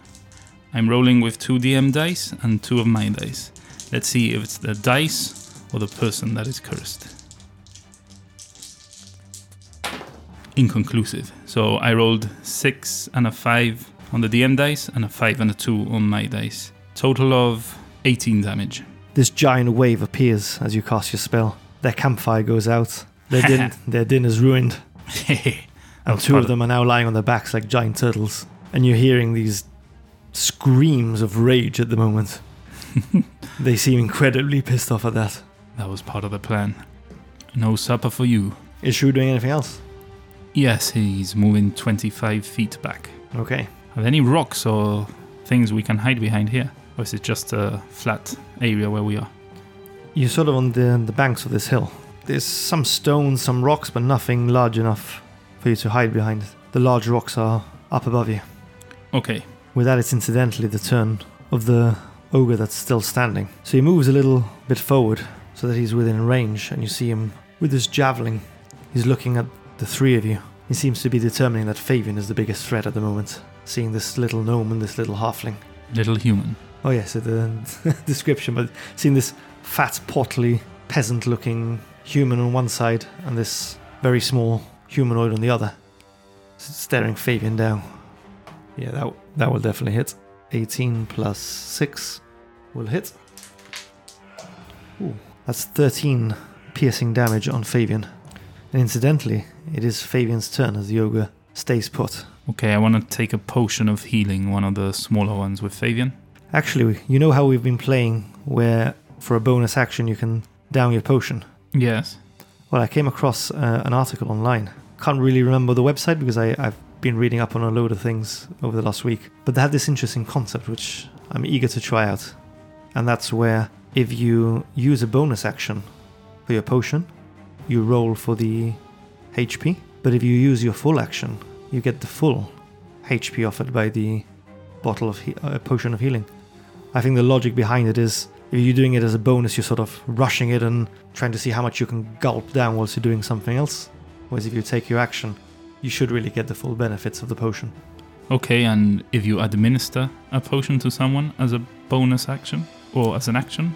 [SPEAKER 2] I'm rolling with 2DM dice and 2 of my dice. Let's see if it's the dice or the person that is cursed. Inconclusive. So I rolled 6 and a 5 on the DM dice, and a 5 and a 2 on my dice. Total of 18 damage. [laughs]
[SPEAKER 1] This giant wave appears as you cast your spell. Their campfire goes out. Their din, their din is ruined. And two
[SPEAKER 2] part
[SPEAKER 1] of
[SPEAKER 2] of-
[SPEAKER 1] them are now lying on their backs like giant turtles. And you're hearing these screams of rage at the moment. they seem incredibly pissed off at that.
[SPEAKER 2] That was part of the plan. No supper for you.
[SPEAKER 1] Is Shrew doing anything else?
[SPEAKER 2] Yes, he's moving 25 feet back.
[SPEAKER 1] Okay.
[SPEAKER 2] Are there any rocks or things we can hide behind here? Or is it just a flat area where we are?
[SPEAKER 1] You're sort of on the, the banks of this hill. There's some stones, some rocks, but nothing large enough for you to hide behind. The large rocks are up above you.
[SPEAKER 2] Okay,
[SPEAKER 1] With that, it's incidentally the turn of the ogre that's still standing. So he moves a little bit forward so that he's within range, and you see him with his javelin. He's looking at the three of you. He seems to be determining that Fabian is the biggest threat at the moment, seeing this little gnome and this little halfling.
[SPEAKER 2] little human.
[SPEAKER 1] Oh yes, yeah, so the [laughs] description, but seeing this fat, portly, peasant-looking human on one side and this very small humanoid on the other, s- staring Fabian down. Yeah, that w- that will definitely hit. 18 plus 6 will hit. Ooh, that's 13 piercing damage on Fabian. And incidentally, it is Fabian's turn as the ogre stays put.
[SPEAKER 2] Okay, I want to take a potion of healing, one of the smaller ones with Fabian.
[SPEAKER 1] Actually, you know how we've been playing where for a bonus action you can down your potion?
[SPEAKER 2] Yes.
[SPEAKER 1] Well, I came across uh, an article online. Can't really remember the website because I, I've been reading up on a load of things over the last week. But they had this interesting concept which I'm eager to try out. And that's where if you use a bonus action for your potion, you roll for the HP. But if you use your full action, you get the full HP offered by the bottle of he- uh, potion of healing. I think the logic behind it is if you're doing it as a bonus, you're sort of rushing it and trying to see how much you can gulp down whilst you're doing something else. Whereas if you take your action, you should really get the full benefits of the potion.
[SPEAKER 2] Okay, and if you administer a potion to someone as a bonus action or as an action,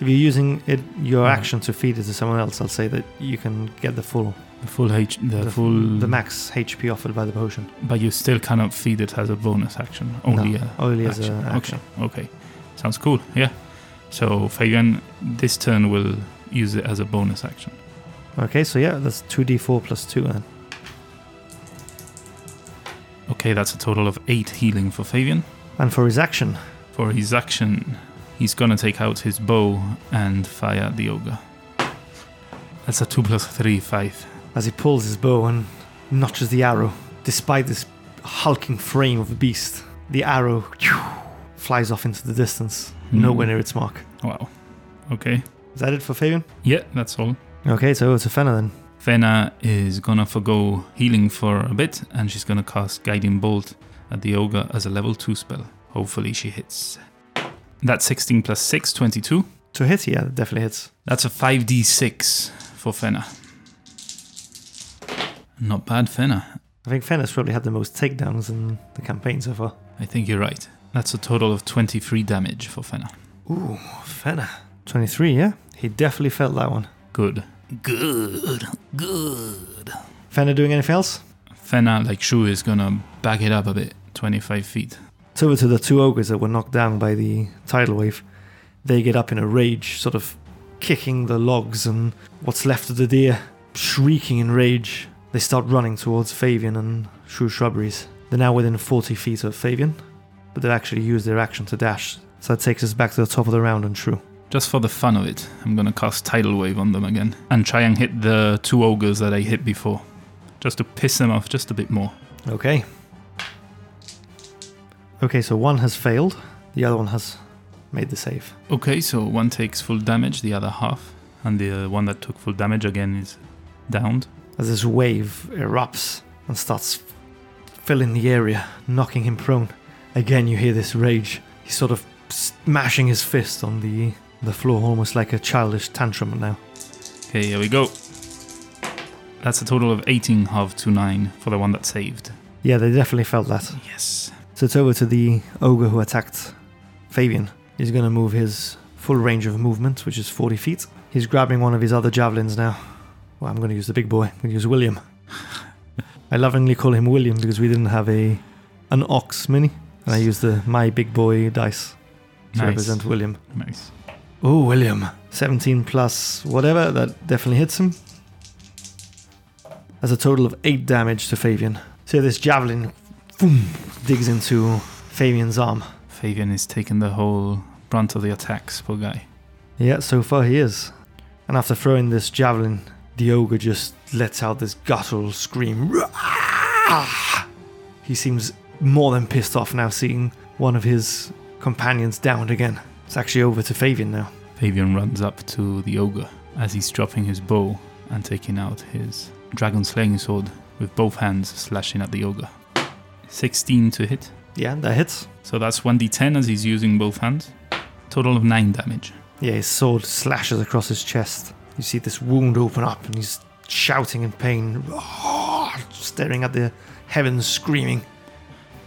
[SPEAKER 1] If you're using it, your
[SPEAKER 2] Mhm.
[SPEAKER 1] action to feed it to someone else, I'll say that you can get the full,
[SPEAKER 2] the full H, the,
[SPEAKER 1] the,
[SPEAKER 2] full,
[SPEAKER 1] the max HP offered by the potion.
[SPEAKER 2] but you still cannot feed it as a bonus action.
[SPEAKER 1] No,
[SPEAKER 2] Only a
[SPEAKER 1] only as an action.
[SPEAKER 2] Okay. okay. Sounds cool. Yeah. So Fagan this turn will use it as a bonus action.
[SPEAKER 1] Okay. so yeah, that's two D4 plus two then.
[SPEAKER 2] Okay, that's a total of 8 healing for Fabian.
[SPEAKER 1] And for his action,
[SPEAKER 2] For his action, he's going to take out his bow and fire at the ogre. That's a 2 plus 3 5.
[SPEAKER 1] as he pulls his bow and notches the arrow. Despite this hulking frame of the beast, the arrow flies off into the distance, nowhere
[SPEAKER 2] Hmm.
[SPEAKER 1] near its mark.
[SPEAKER 2] Wow. Okay.
[SPEAKER 1] Is that it for Fabian?
[SPEAKER 2] Yeah, that's all.
[SPEAKER 1] Okay, so it's a Fenner then.
[SPEAKER 2] Fena is gonna forgo healing for a bit, and she's gonna cast Guiding Bolt at the ogre as a level 2 spell. Hopefully, she hits. That's 16 plus 6, 22.
[SPEAKER 1] To hit, yeah, it definitely hits.
[SPEAKER 2] That's a 5d6 for Fena. Not bad, Fena.
[SPEAKER 1] I think Fenner's probably had the most takedowns in the campaign so far.
[SPEAKER 2] I think you're right. That's a total of 23 damage for Fena.
[SPEAKER 1] Ooh, Fenner. 23, yeah? He definitely felt that one.
[SPEAKER 2] Good.
[SPEAKER 1] Fenner doing anything else?
[SPEAKER 2] Fena, like Shu, is gonna back it up a bit, 25 feet.
[SPEAKER 1] It's over to the two ogres that were knocked down by the tidal wave. They get up in a rage, sort of kicking the logs and what's left of the deer, shrieking in rage. They start running towards Fabian and Shrew Shrubberies. They're now within 40 feet of Fabian, but they've actually used their action to dash. So that takes us back to the top of the round and Shrew.
[SPEAKER 2] Just for the fun of it, I'm gonna cast Tidal Wave on them again and try and hit the two ogres that I hit before. Just to piss them off just a bit more.
[SPEAKER 1] Okay. Okay, so one has failed, the other one has made the save.
[SPEAKER 2] Okay, so one takes full damage, the other half, and the uh, one that took full damage again is downed.
[SPEAKER 1] as this wave erupts and starts filling the area, knocking him prone. Again, you hear this rage. He's sort of smashing his fist on the the floor, almost like a childish tantrum now.
[SPEAKER 2] Okay, here we go. That's a total of 18 half to 9 for the one that saved.
[SPEAKER 1] Yeah, they definitely felt that.
[SPEAKER 2] Yes.
[SPEAKER 1] So it's over to the ogre who attacked Fabian. He's going to move his full range of movement, which is 40 feet. He's grabbing one of his other javelins now. Well, I'm going to use the big boy. I'm going to use William. I lovingly call him William because we didn't have a an ox mini, and I used the my big boy dice to
[SPEAKER 2] Nice.
[SPEAKER 1] represent William.
[SPEAKER 2] Nice.
[SPEAKER 1] Oh, William. 17 plus whatever, that definitely hits him. That's a total of 8 damage to Fabian. So this javelin boom, digs into Fabian's arm.
[SPEAKER 2] Fabian is taking the whole brunt of the attacks, poor guy.
[SPEAKER 1] Yeah, so far he is. And after throwing this javelin, the ogre just lets out this guttural scream. Rah! He seems more than pissed off now seeing one of his companions downed again. It's actually over to Fabian now.
[SPEAKER 2] Fabian runs up to the ogre as he's dropping his bow and taking out his dragon slaying sword with both hands slashing at the ogre. 16 to hit.
[SPEAKER 1] Yeah, that hits.
[SPEAKER 2] So that's 1d10 as he's using both hands. Total of 9 damage.
[SPEAKER 1] Yeah, his sword slashes across his chest. You see this wound open up, and he's shouting in pain, staring at the heavens, screaming.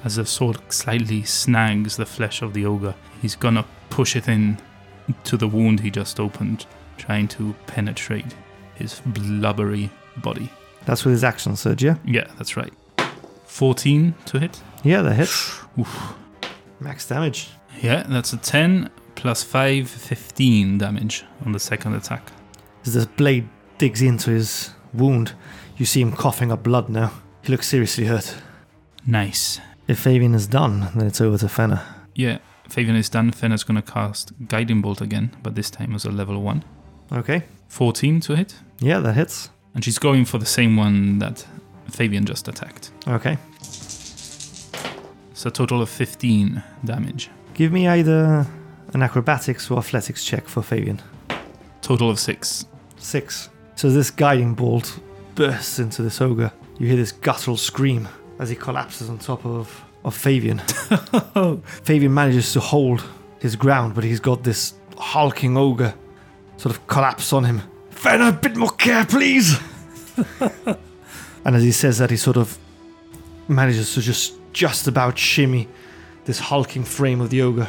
[SPEAKER 2] As the sword slightly snags the flesh of the ogre, he's gonna push it in to the wound he just opened, trying to penetrate his blubbery body.
[SPEAKER 1] That's with his action surge, yeah?
[SPEAKER 2] Yeah, that's right. 14 to hit.
[SPEAKER 1] Yeah, that hits. Max damage.
[SPEAKER 2] Yeah, that's a 10 plus 5, 15 damage on the second attack.
[SPEAKER 1] As this blade digs into his wound, you see him coughing up blood now. He looks seriously hurt.
[SPEAKER 2] Nice.
[SPEAKER 1] If Fabian is done, then it's over to Fenner.
[SPEAKER 2] Yeah, Fabian is done. Fenner's gonna cast Guiding Bolt again, but this time as a level 1.
[SPEAKER 1] Okay.
[SPEAKER 2] 14 to hit.
[SPEAKER 1] Yeah, that hits.
[SPEAKER 2] And she's going for the same one that Fabian just attacked.
[SPEAKER 1] Okay.
[SPEAKER 2] So a total of 15 damage.
[SPEAKER 1] Give me either an acrobatics or athletics check for Fabian.
[SPEAKER 2] Total of 6.
[SPEAKER 1] Six. So this guiding bolt bursts into this ogre. You hear this guttural scream as he collapses on top of, of Fabian. Fabian manages to hold his ground, but he's got this hulking ogre sort of collapse on him. Fenner, a bit more care, please! and as he says that, he sort of manages to just just about shimmy this hulking frame of the ogre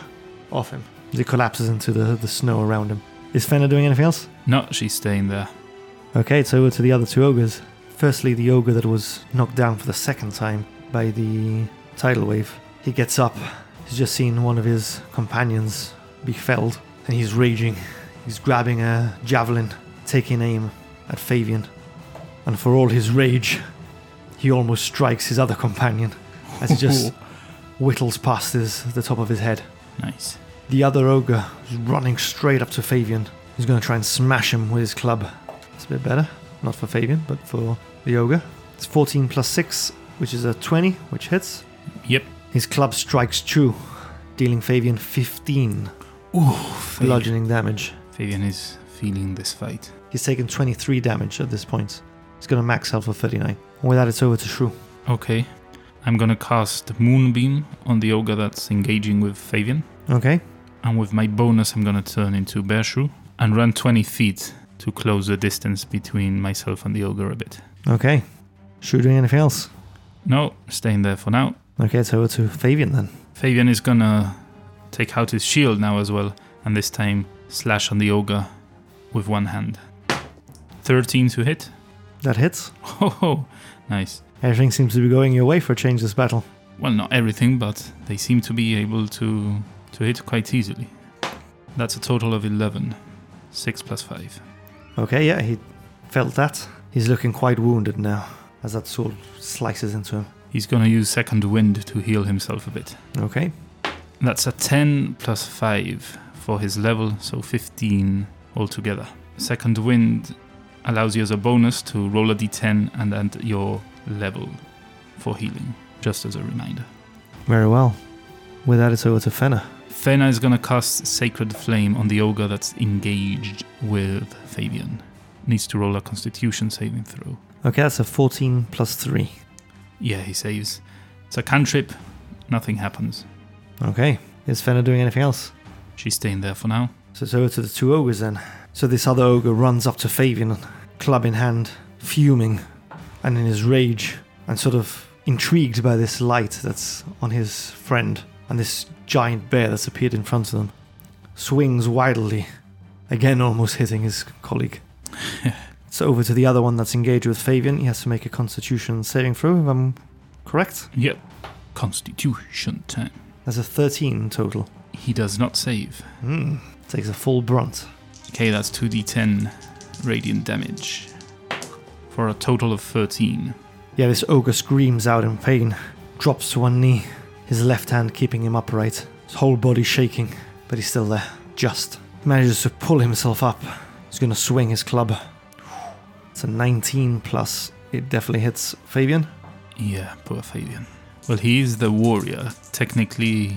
[SPEAKER 1] off him as he collapses into the, the snow around him. Is Fenner doing anything else?
[SPEAKER 2] No, she's staying there.
[SPEAKER 1] Okay, it's over to the other two ogres. Firstly, the ogre that was knocked down for the second time by the tidal wave. He gets up. He's just seen one of his companions be felled, and he's raging. He's grabbing a javelin, taking aim at Fabian. And for all his rage, he almost strikes his other companion as he just whittles past his, the top of his head.
[SPEAKER 2] Nice.
[SPEAKER 1] The other ogre is running straight up to Fabian. He's going to try and smash him with his club. It's a bit better. Not for Fabian, but for the ogre. It's 14 plus 6, which is a 20, which hits.
[SPEAKER 2] Yep.
[SPEAKER 1] His club strikes true, dealing Fabian 15 bludgeoning damage.
[SPEAKER 2] Fabian is feeling this fight.
[SPEAKER 1] He's taken 23 damage at this point. He's going to max health for 39. And with that, it's over to Shrew.
[SPEAKER 2] Okay. I'm gonna cast Moonbeam on the ogre that's engaging with Fabian.
[SPEAKER 1] Okay.
[SPEAKER 2] And with my bonus, I'm gonna turn into Bearshoe and run 20 feet to close the distance between myself and the ogre a bit.
[SPEAKER 1] Okay. Shrew doing anything else?
[SPEAKER 2] No, staying there for now.
[SPEAKER 1] Okay, it's over to Fabian then.
[SPEAKER 2] Fabian is gonna take out his shield now as well, and this time slash on the ogre with one hand. 13 to hit. [laughs]
[SPEAKER 1] That hits.
[SPEAKER 2] Ho ho, nice.
[SPEAKER 1] Everything seems to be going your way for a change this battle.
[SPEAKER 2] Well, not everything, but they seem to be able to to hit quite easily. That's a total of 11. 6 plus 5.
[SPEAKER 1] Okay, yeah, he felt that. He's looking quite wounded now as that sword slices into him.
[SPEAKER 2] He's gonna use second wind to heal himself a bit.
[SPEAKER 1] Okay.
[SPEAKER 2] That's a 10 plus 5 for his level, so 15 altogether. Second wind allows you as a bonus to roll a d10 and add your level for healing, just as a reminder.
[SPEAKER 1] Very well. With that, it's over to Fenner.
[SPEAKER 2] Fena is gonna cast Sacred Flame on the ogre that's engaged with Fabian. Needs to roll a Constitution saving throw.
[SPEAKER 1] Okay, that's a 14 plus 3.
[SPEAKER 2] Yeah, he saves. It's a cantrip. Nothing happens.
[SPEAKER 1] Okay. Is Fenner doing anything else?
[SPEAKER 2] She's staying there for now.
[SPEAKER 1] So it's over to the two ogres then. So this other ogre runs up to Fabian, club in hand, fuming and in his rage, and sort of intrigued by this light that's on his friend and this giant bear that's appeared in front of them. Swings wildly, again almost hitting his colleague. it's over to the other one that's engaged with Fabian. He has to make a constitution saving throw, if I'm correct.
[SPEAKER 2] Yep. Constitution time.
[SPEAKER 1] There's a 13 total.
[SPEAKER 2] He does not save.
[SPEAKER 1] Hmm. Takes a full brunt.
[SPEAKER 2] Okay, that's 2d10 radiant damage for a total of 13.
[SPEAKER 1] Yeah, this ogre screams out in pain, drops to one knee, his left hand keeping him upright, his whole body shaking, but he's still there, just. Manages to pull himself up. He's gonna swing his club. It's a 19 plus. It definitely hits Fabian.
[SPEAKER 2] Yeah, poor Fabian. Well, he is the warrior. Technically,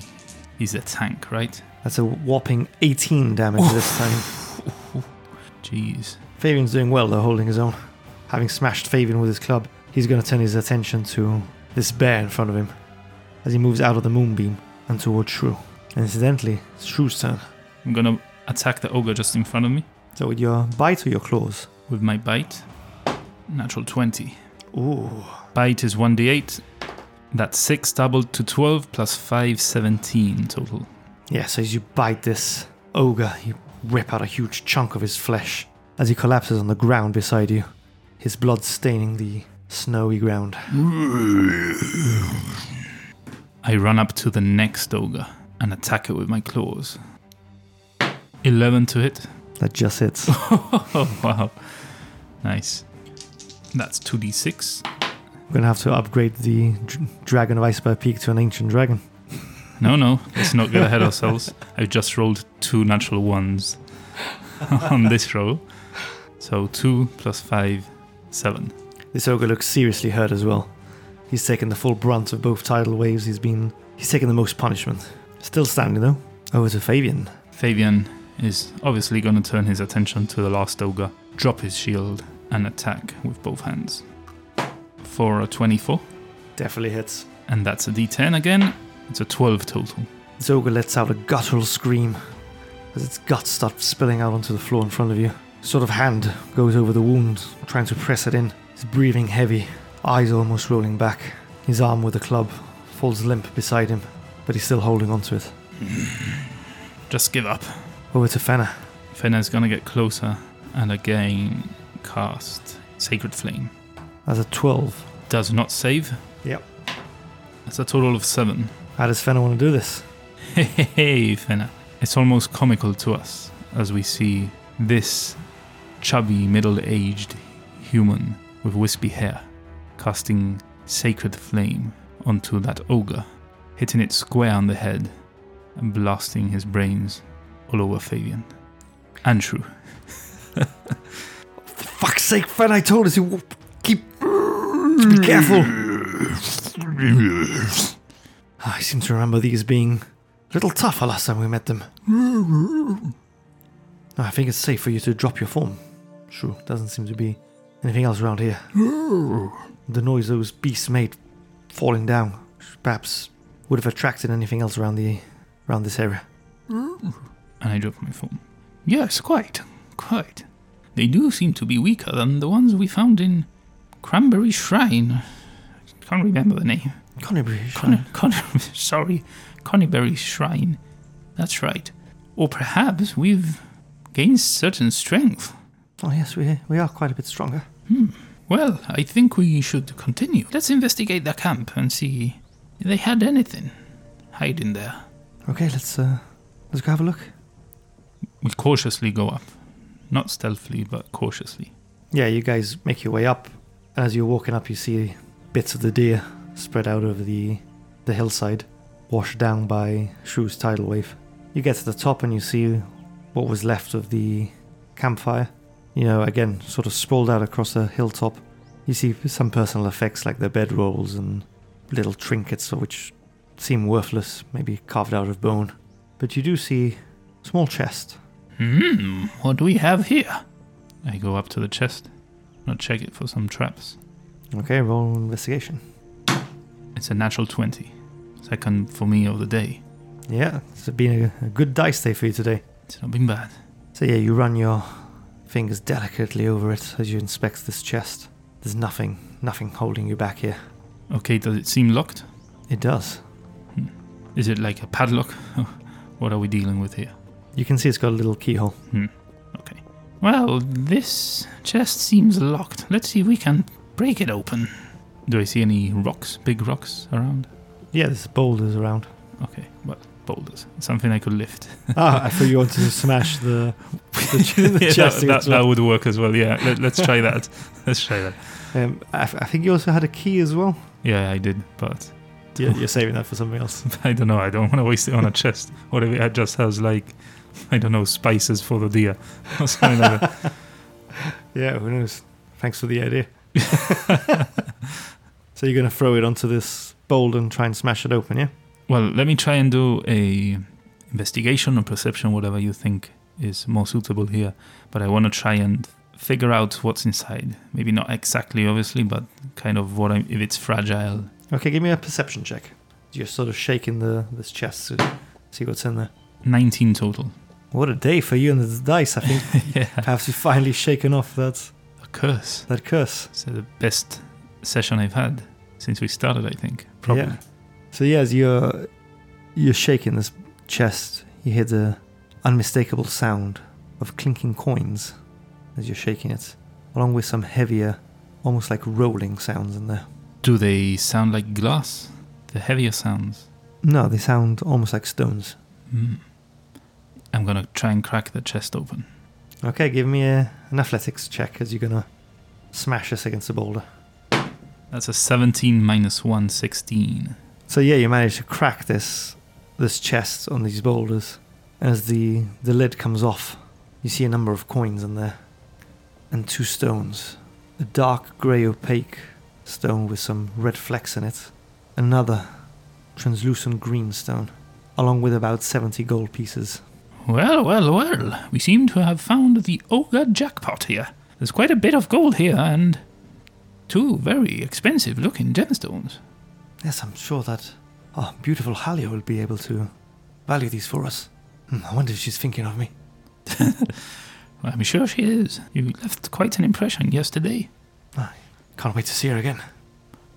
[SPEAKER 2] he's a tank, right?
[SPEAKER 1] That's a whopping 18 damage this time.
[SPEAKER 2] Jeez.
[SPEAKER 1] Fabian's doing well though, holding his own. Having smashed Fabian with his club, he's gonna turn his attention to this bear in front of him as he moves out of the moonbeam and towards Shrew. And incidentally, it's Shrew's turn.
[SPEAKER 2] I'm gonna attack the ogre just in front of me
[SPEAKER 1] So with your bite or your claws?
[SPEAKER 2] with my bite. Natural 20.
[SPEAKER 1] Ooh.
[SPEAKER 2] Bite is 1d8. That's 6 doubled to 12 plus 5, 17 total.
[SPEAKER 1] Yeah, so as you bite this ogre, you rip out a huge chunk of his flesh as he collapses on the ground beside you, his blood staining the snowy ground.
[SPEAKER 2] I run up to the next ogre and attack it with my claws. 11 to hit. [laughs]
[SPEAKER 1] That just hits.
[SPEAKER 2] Oh, wow. Nice. That's 2d6.
[SPEAKER 1] We're gonna have to upgrade the dr- Dragon of Iceberg Peak to an ancient dragon.
[SPEAKER 2] No, no, let's not get ahead ourselves. I just rolled two natural ones [laughs] on this roll. So 2 plus 5, 7.
[SPEAKER 1] This ogre looks seriously hurt as well. He's taken the full brunt of both tidal waves. He's been. He's taken the most punishment. Still standing though. Over to Fabian.
[SPEAKER 2] Fabian is obviously going to turn his attention to the last ogre, drop his shield, and attack with both hands. For a 24,
[SPEAKER 1] Definitely hits.
[SPEAKER 2] and that's a d10 again. It's a 12 total.
[SPEAKER 1] This ogre lets out a guttural scream as its guts start spilling out onto the floor in front of you. Sort of hand goes over the wound, trying to press it in. He's breathing heavy, eyes almost rolling back. His arm with the club falls limp beside him, but he's still holding onto it.
[SPEAKER 2] Just give up.
[SPEAKER 1] Over to Fenner.
[SPEAKER 2] Fena's going to get closer and again cast Sacred Flame.
[SPEAKER 1] As a 12,
[SPEAKER 2] Does not save.
[SPEAKER 1] Yep.
[SPEAKER 2] That's a total of 7.
[SPEAKER 1] how does Fenner want to do this?
[SPEAKER 2] Hey, hey, hey, Fenna. It's almost comical to us as we see this chubby, middle aged human with wispy hair casting sacred flame onto that ogre, hitting it square on the head and blasting his brains all over Fabian. And Shrew.
[SPEAKER 1] For fuck's sake, Fenner, I told us you w- keep. Be careful! Ah, I seem to remember these being a little tougher last time we met them. No, I think it's safe for you to drop your form. True, doesn't seem to be anything else around here. the noise those beasts made falling down perhaps would have attracted anything else around the around this area.
[SPEAKER 2] And I dropped my phone. Yes, quite. Quite. They do seem to be weaker than the ones we found in Cranberry Shrine. Can't remember the name.
[SPEAKER 1] Connery,
[SPEAKER 2] Con- Con- [laughs] sorry, Conyberry Shrine. That's right. Or perhaps we've gained certain strength.
[SPEAKER 1] oh yes, we we are quite a bit stronger.
[SPEAKER 2] Well, I think we should continue. Let's investigate the camp and see if they had anything hiding there.
[SPEAKER 1] Okay, let's uh, let's go have a look.
[SPEAKER 2] We cautiously go up. Not stealthily, but cautiously.
[SPEAKER 1] Yeah, you guys make your way up. As you're walking up, you see bits of the deer spread out over the the hillside, washed down by Shrew's tidal wave. You get to the top and you see what was left of the campfire. You know, again, sort of sprawled out across a hilltop. You see some personal effects like their bedrolls and little trinkets which seem worthless, maybe carved out of bone. But you do see a small chest.
[SPEAKER 2] Hmm, what do we have here? I go up to the chest. I'll check it for some traps.
[SPEAKER 1] Okay, roll investigation.
[SPEAKER 2] It's a natural 20. Second for me of the day.
[SPEAKER 1] Yeah, it's been a, a good dice day for you today.
[SPEAKER 2] It's not been bad.
[SPEAKER 1] So yeah, you run your fingers delicately over it as you inspect this chest. There's nothing, nothing holding you back here.
[SPEAKER 2] Okay, does it seem locked?
[SPEAKER 1] It does.
[SPEAKER 2] Is it like a padlock? [laughs] what are we dealing with here?
[SPEAKER 1] You can see it's got a little keyhole.
[SPEAKER 2] Okay.
[SPEAKER 5] Well, this chest seems locked. Let's see if we can break it open.
[SPEAKER 2] Do I see any rocks, big rocks around?
[SPEAKER 1] Yeah, there's boulders around.
[SPEAKER 2] Okay, well, boulders. Something I could lift.
[SPEAKER 1] [laughs]
[SPEAKER 2] [laughs]
[SPEAKER 1] ah, I thought you wanted to smash the, [laughs] the, ch- the
[SPEAKER 2] Yeah,
[SPEAKER 1] chest.
[SPEAKER 2] that, that,
[SPEAKER 1] against the wall.
[SPEAKER 2] that would work as well, yeah. Let, let's try that. [laughs] Let's try that.
[SPEAKER 1] Um, I, I think you also had a key as well.
[SPEAKER 2] Yeah, I did, but [laughs]
[SPEAKER 1] Yeah, you're saving that for something else. [laughs]
[SPEAKER 2] I don't know. I don't want to waste it on a chest. What if it just has, like, I don't know, spices for the deer or something like that?
[SPEAKER 1] Yeah, who knows? Thanks for the [laughs] idea. so you're gonna throw it onto this boulder and try and smash it open, yeah?
[SPEAKER 2] Well, let me try and do a investigation or perception, whatever you think is more suitable here. But I want to try and figure out what's inside. Maybe not exactly, obviously, but kind of what I'm, if it's fragile.
[SPEAKER 1] Okay, give me a perception check. You're sort of shaking the this chest to see what's in there.
[SPEAKER 2] 19 total. [laughs]
[SPEAKER 1] What a day for you and the dice! I think [laughs]
[SPEAKER 2] yeah,
[SPEAKER 1] perhaps you've finally shaken off that
[SPEAKER 2] a curse.
[SPEAKER 1] that curse.
[SPEAKER 2] It's the best session I've had since we started, I think. Probably.
[SPEAKER 1] Yeah. So yeah, as you're you're shaking this chest, you hear the unmistakable sound of clinking coins as you're shaking it, along with some heavier, almost like rolling sounds in there.
[SPEAKER 2] Do they sound like glass? The heavier sounds.
[SPEAKER 1] No, they sound almost like stones.
[SPEAKER 2] Hmm. I'm going to try and crack the chest open.
[SPEAKER 1] Okay, give me a, an athletics check as you're gonna smash this against the boulder.
[SPEAKER 2] That's a 17 minus 1, 16.
[SPEAKER 1] So yeah, you manage to crack this this chest on these boulders. And as the the lid comes off, you see a number of coins in there, and two stones. A dark grey opaque stone with some red flecks in it. Another translucent green stone, along with about seventy gold pieces.
[SPEAKER 5] Well, well, well. We seem to have found the ogre jackpot here. There's quite a bit of gold here and two very expensive looking gemstones.
[SPEAKER 1] Yes, I'm sure that our beautiful Halia will be able to value these for us. Hmm, I wonder if she's thinking of me.
[SPEAKER 5] I'm sure she is. You left quite an impression yesterday.
[SPEAKER 1] Can't wait to see her again.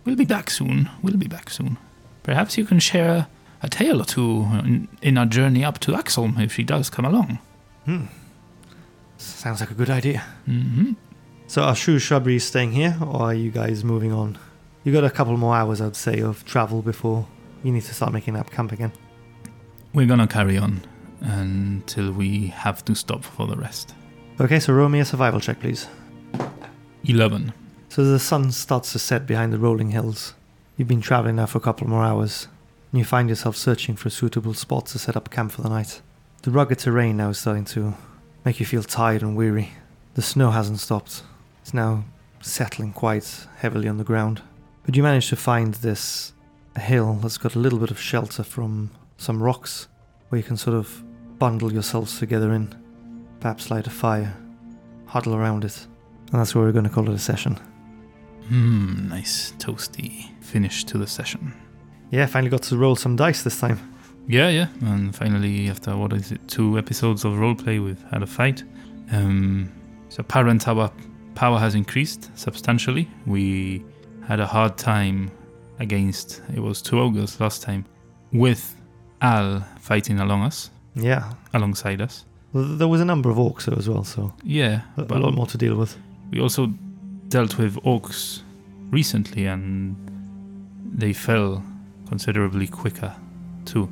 [SPEAKER 5] We'll be back soon. We'll be back soon. Perhaps you can share a tale or two in, in our journey up to Axholm if she does come along.
[SPEAKER 1] Hmm. Sounds like a good idea.
[SPEAKER 5] hmm
[SPEAKER 1] So are Shu Shabri staying here, or are you guys moving on? You got a couple more hours, I'd say, of travel before you need to start making up camp again.
[SPEAKER 2] We're going to carry on until we have to stop for the rest.
[SPEAKER 1] Okay, so roll me a survival check, please.
[SPEAKER 2] 11.
[SPEAKER 1] So the sun starts to set behind the rolling hills. You've been traveling now for a couple more hours, and you find yourself searching for a suitable spot to set up camp for the night. The rugged terrain now is starting to make you feel tired and weary. The snow hasn't stopped. It's now settling quite heavily on the ground. But you manage to find this hill that's got a little bit of shelter from some rocks where you can sort of bundle yourselves together in, perhaps light a fire, huddle around it. And that's where we're going to call it a session.
[SPEAKER 2] Hmm, nice toasty finish to the session.
[SPEAKER 1] Yeah, finally got to roll some dice this time.
[SPEAKER 2] Yeah, yeah. And finally, after what is it, two episodes of roleplay, we've had a fight. Um, it's apparent our power has increased substantially. We had a hard time against, it was two ogres last time, with Al fighting along us,
[SPEAKER 1] Yeah.
[SPEAKER 2] alongside us.
[SPEAKER 1] Th- There was a number of orcs though as well, so
[SPEAKER 2] Yeah,
[SPEAKER 1] a a lot more to deal with.
[SPEAKER 2] We also dealt with orcs recently, and they fell considerably quicker, too.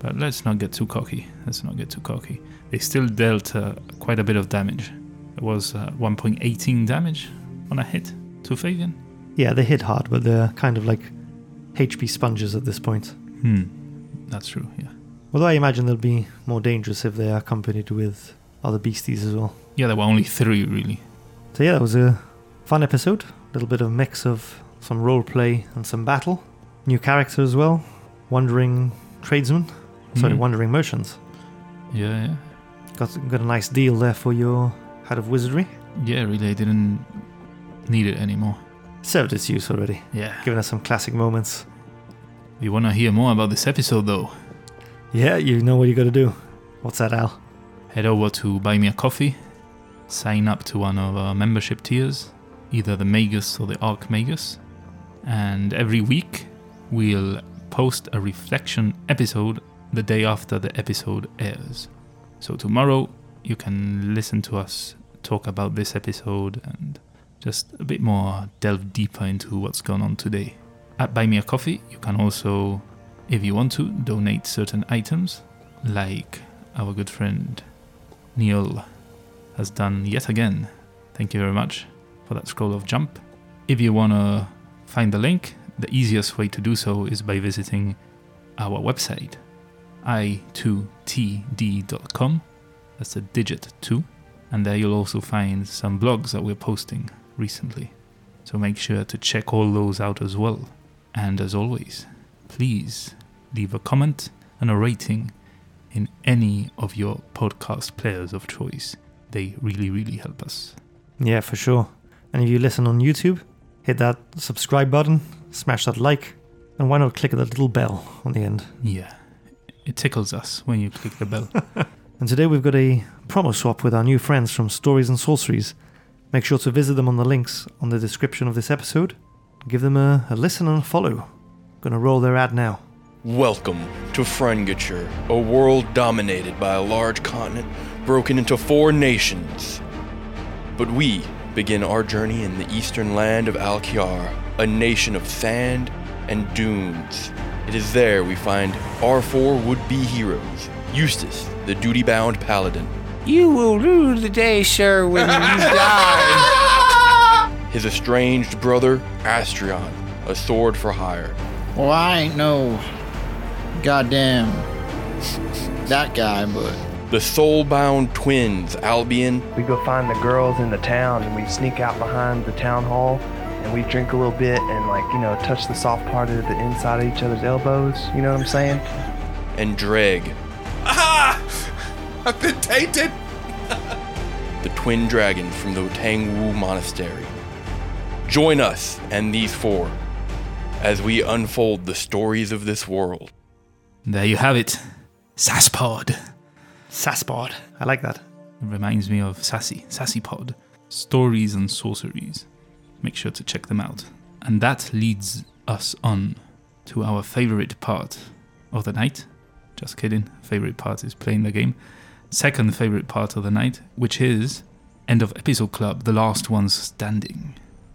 [SPEAKER 2] But let's not get too cocky. Let's not get too cocky. They still dealt uh, quite a bit of damage. It was uh, 1.18 damage on a hit to Fabian.
[SPEAKER 1] Yeah, they hit hard, but they're kind of like HP sponges at this point.
[SPEAKER 2] Hmm, that's true. Yeah,
[SPEAKER 1] Although I imagine they'll be more dangerous if they are accompanied with other beasties as well.
[SPEAKER 2] yeah. There were only three really.
[SPEAKER 1] So yeah, that was a fun episode. A little bit of mix of some roleplay and some battle. New character as well. Wandering tradesman. Sorry,
[SPEAKER 2] Hmm.
[SPEAKER 1] wandering merchants.
[SPEAKER 2] Yeah, yeah.
[SPEAKER 1] Got got a nice deal there for your head of wizardry.
[SPEAKER 2] Yeah, really, I didn't need it anymore.
[SPEAKER 1] Served its use already.
[SPEAKER 2] Yeah.
[SPEAKER 1] Giving us some classic moments.
[SPEAKER 2] If you want to hear more about this episode, though,
[SPEAKER 1] Yeah, you know what you got to do. What's that, Al?
[SPEAKER 2] head over to buy me a coffee sign up to one of our membership tiers, either the Magus or the Arc Magus. And every week, we'll post a reflection episode the day after the episode airs. So tomorrow, you can listen to us talk about this episode and just a bit more delve deeper into what's gone on today. At Buy Me a Coffee, you can also, if you want to, donate certain items, like our good friend Neil has done yet again. Thank you very much for that scroll of jump. If you want to find the link, the easiest way to do so is by visiting our website, i2td.com. That's a digit 2. And there you'll also find some blogs that we're posting recently. So make sure to check all those out as well. And as always, please leave a comment and a rating in any of your podcast players of choice. They really, really help us.
[SPEAKER 1] Yeah, for sure. And if you listen on YouTube, hit that subscribe button, smash that like, and why not click that little bell on the end?
[SPEAKER 2] Yeah, it tickles us when you click the bell.
[SPEAKER 1] And today we've got a promo swap with our new friends from Stories and Sorceries. Make sure to visit them on the links on the description of this episode. Give them a, a listen and a follow. Gonna roll their ad now.
[SPEAKER 6] Welcome to Frangature, a world dominated by a large continent broken into four nations. But we begin our journey in the eastern land of Alkiar, a nation of sand and dunes. It is there we find our four would be heroes Eustace, the duty bound paladin,
[SPEAKER 7] You will rue the day, sir, [laughs] when you die.
[SPEAKER 6] his estranged brother, Astrion, a sword for hire,
[SPEAKER 7] Well, I ain't no goddamn that guy, but
[SPEAKER 6] the soul bound twins, Albion
[SPEAKER 8] We go find the girls in the town and we sneak out behind the town hall and we drink a little bit and like, you know, touch the soft part of the inside of each other's elbows. You know what I'm saying?
[SPEAKER 6] and Dreg,
[SPEAKER 9] I've been tainted.
[SPEAKER 6] [laughs] the twin dragon from the Tang Wu Monastery. Join us and these four as we unfold the stories of this world.
[SPEAKER 2] there you have it. Sasspod.
[SPEAKER 1] Sasspod. I like that.
[SPEAKER 2] It reminds me of Sassy, Sassy Pod. Stories and sorceries. Make sure to check them out. And that leads us on to our favorite part of the night. Just kidding. Favorite part is playing the game. Second favorite part of the night, which is end of episode club, the last ones standing.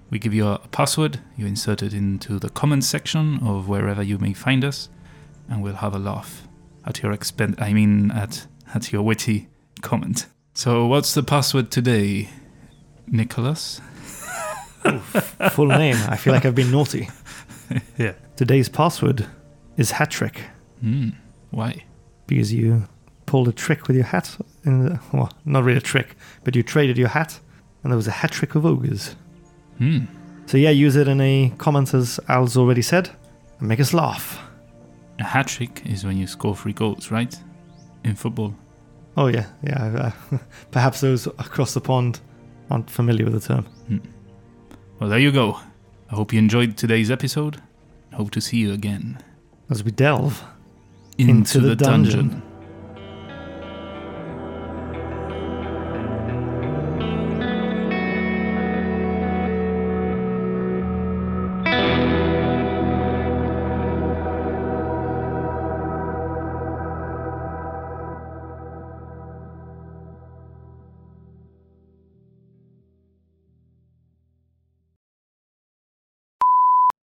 [SPEAKER 2] We give you a password, you insert it into the comments section of wherever you may find us, and we'll have a laugh at your expense. I mean, at at your witty comment. So, what's the password today, Nicholas?
[SPEAKER 1] Full name. I feel like I've been [laughs] naughty.
[SPEAKER 2] Yeah.
[SPEAKER 1] Today's password is hat trick
[SPEAKER 2] Hmm. Why?
[SPEAKER 1] because you pulled a trick with your hat. In the, well, not really a trick, but you traded your hat and there was a hat trick of ogres.
[SPEAKER 2] Hmm.
[SPEAKER 1] So yeah, use it in a comment as Al's already said and make us laugh.
[SPEAKER 2] A hat trick is when you score three goals, right? In football.
[SPEAKER 1] Oh yeah, yeah. Uh, [laughs] perhaps those across the pond aren't familiar with the term.
[SPEAKER 2] Well, there you go. I hope you enjoyed today's episode. Hope to see you again
[SPEAKER 1] As we delve, Into the dungeon.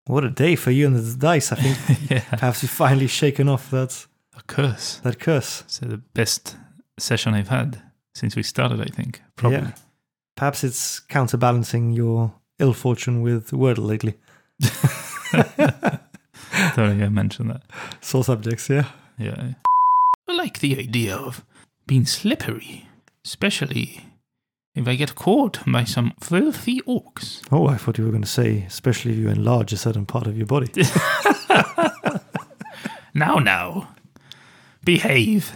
[SPEAKER 1] what a day for you and the dice! I think
[SPEAKER 2] [laughs] yeah.
[SPEAKER 1] perhaps you've finally shaken off that
[SPEAKER 2] A curse.
[SPEAKER 1] that curse.
[SPEAKER 2] It's the best session I've had since we started, I think. Probably.
[SPEAKER 1] Yeah. Perhaps it's counterbalancing your ill fortune with Wordle lately. [laughs]
[SPEAKER 2] [laughs] Sorry, I mentioned that.
[SPEAKER 1] Sore subjects, yeah.
[SPEAKER 2] Yeah.
[SPEAKER 10] I like the idea of being slippery, especially if I get caught by some filthy orcs.
[SPEAKER 1] Oh, I thought you were going to say, especially if you enlarge a certain part of your body.
[SPEAKER 10] Now, now, behave.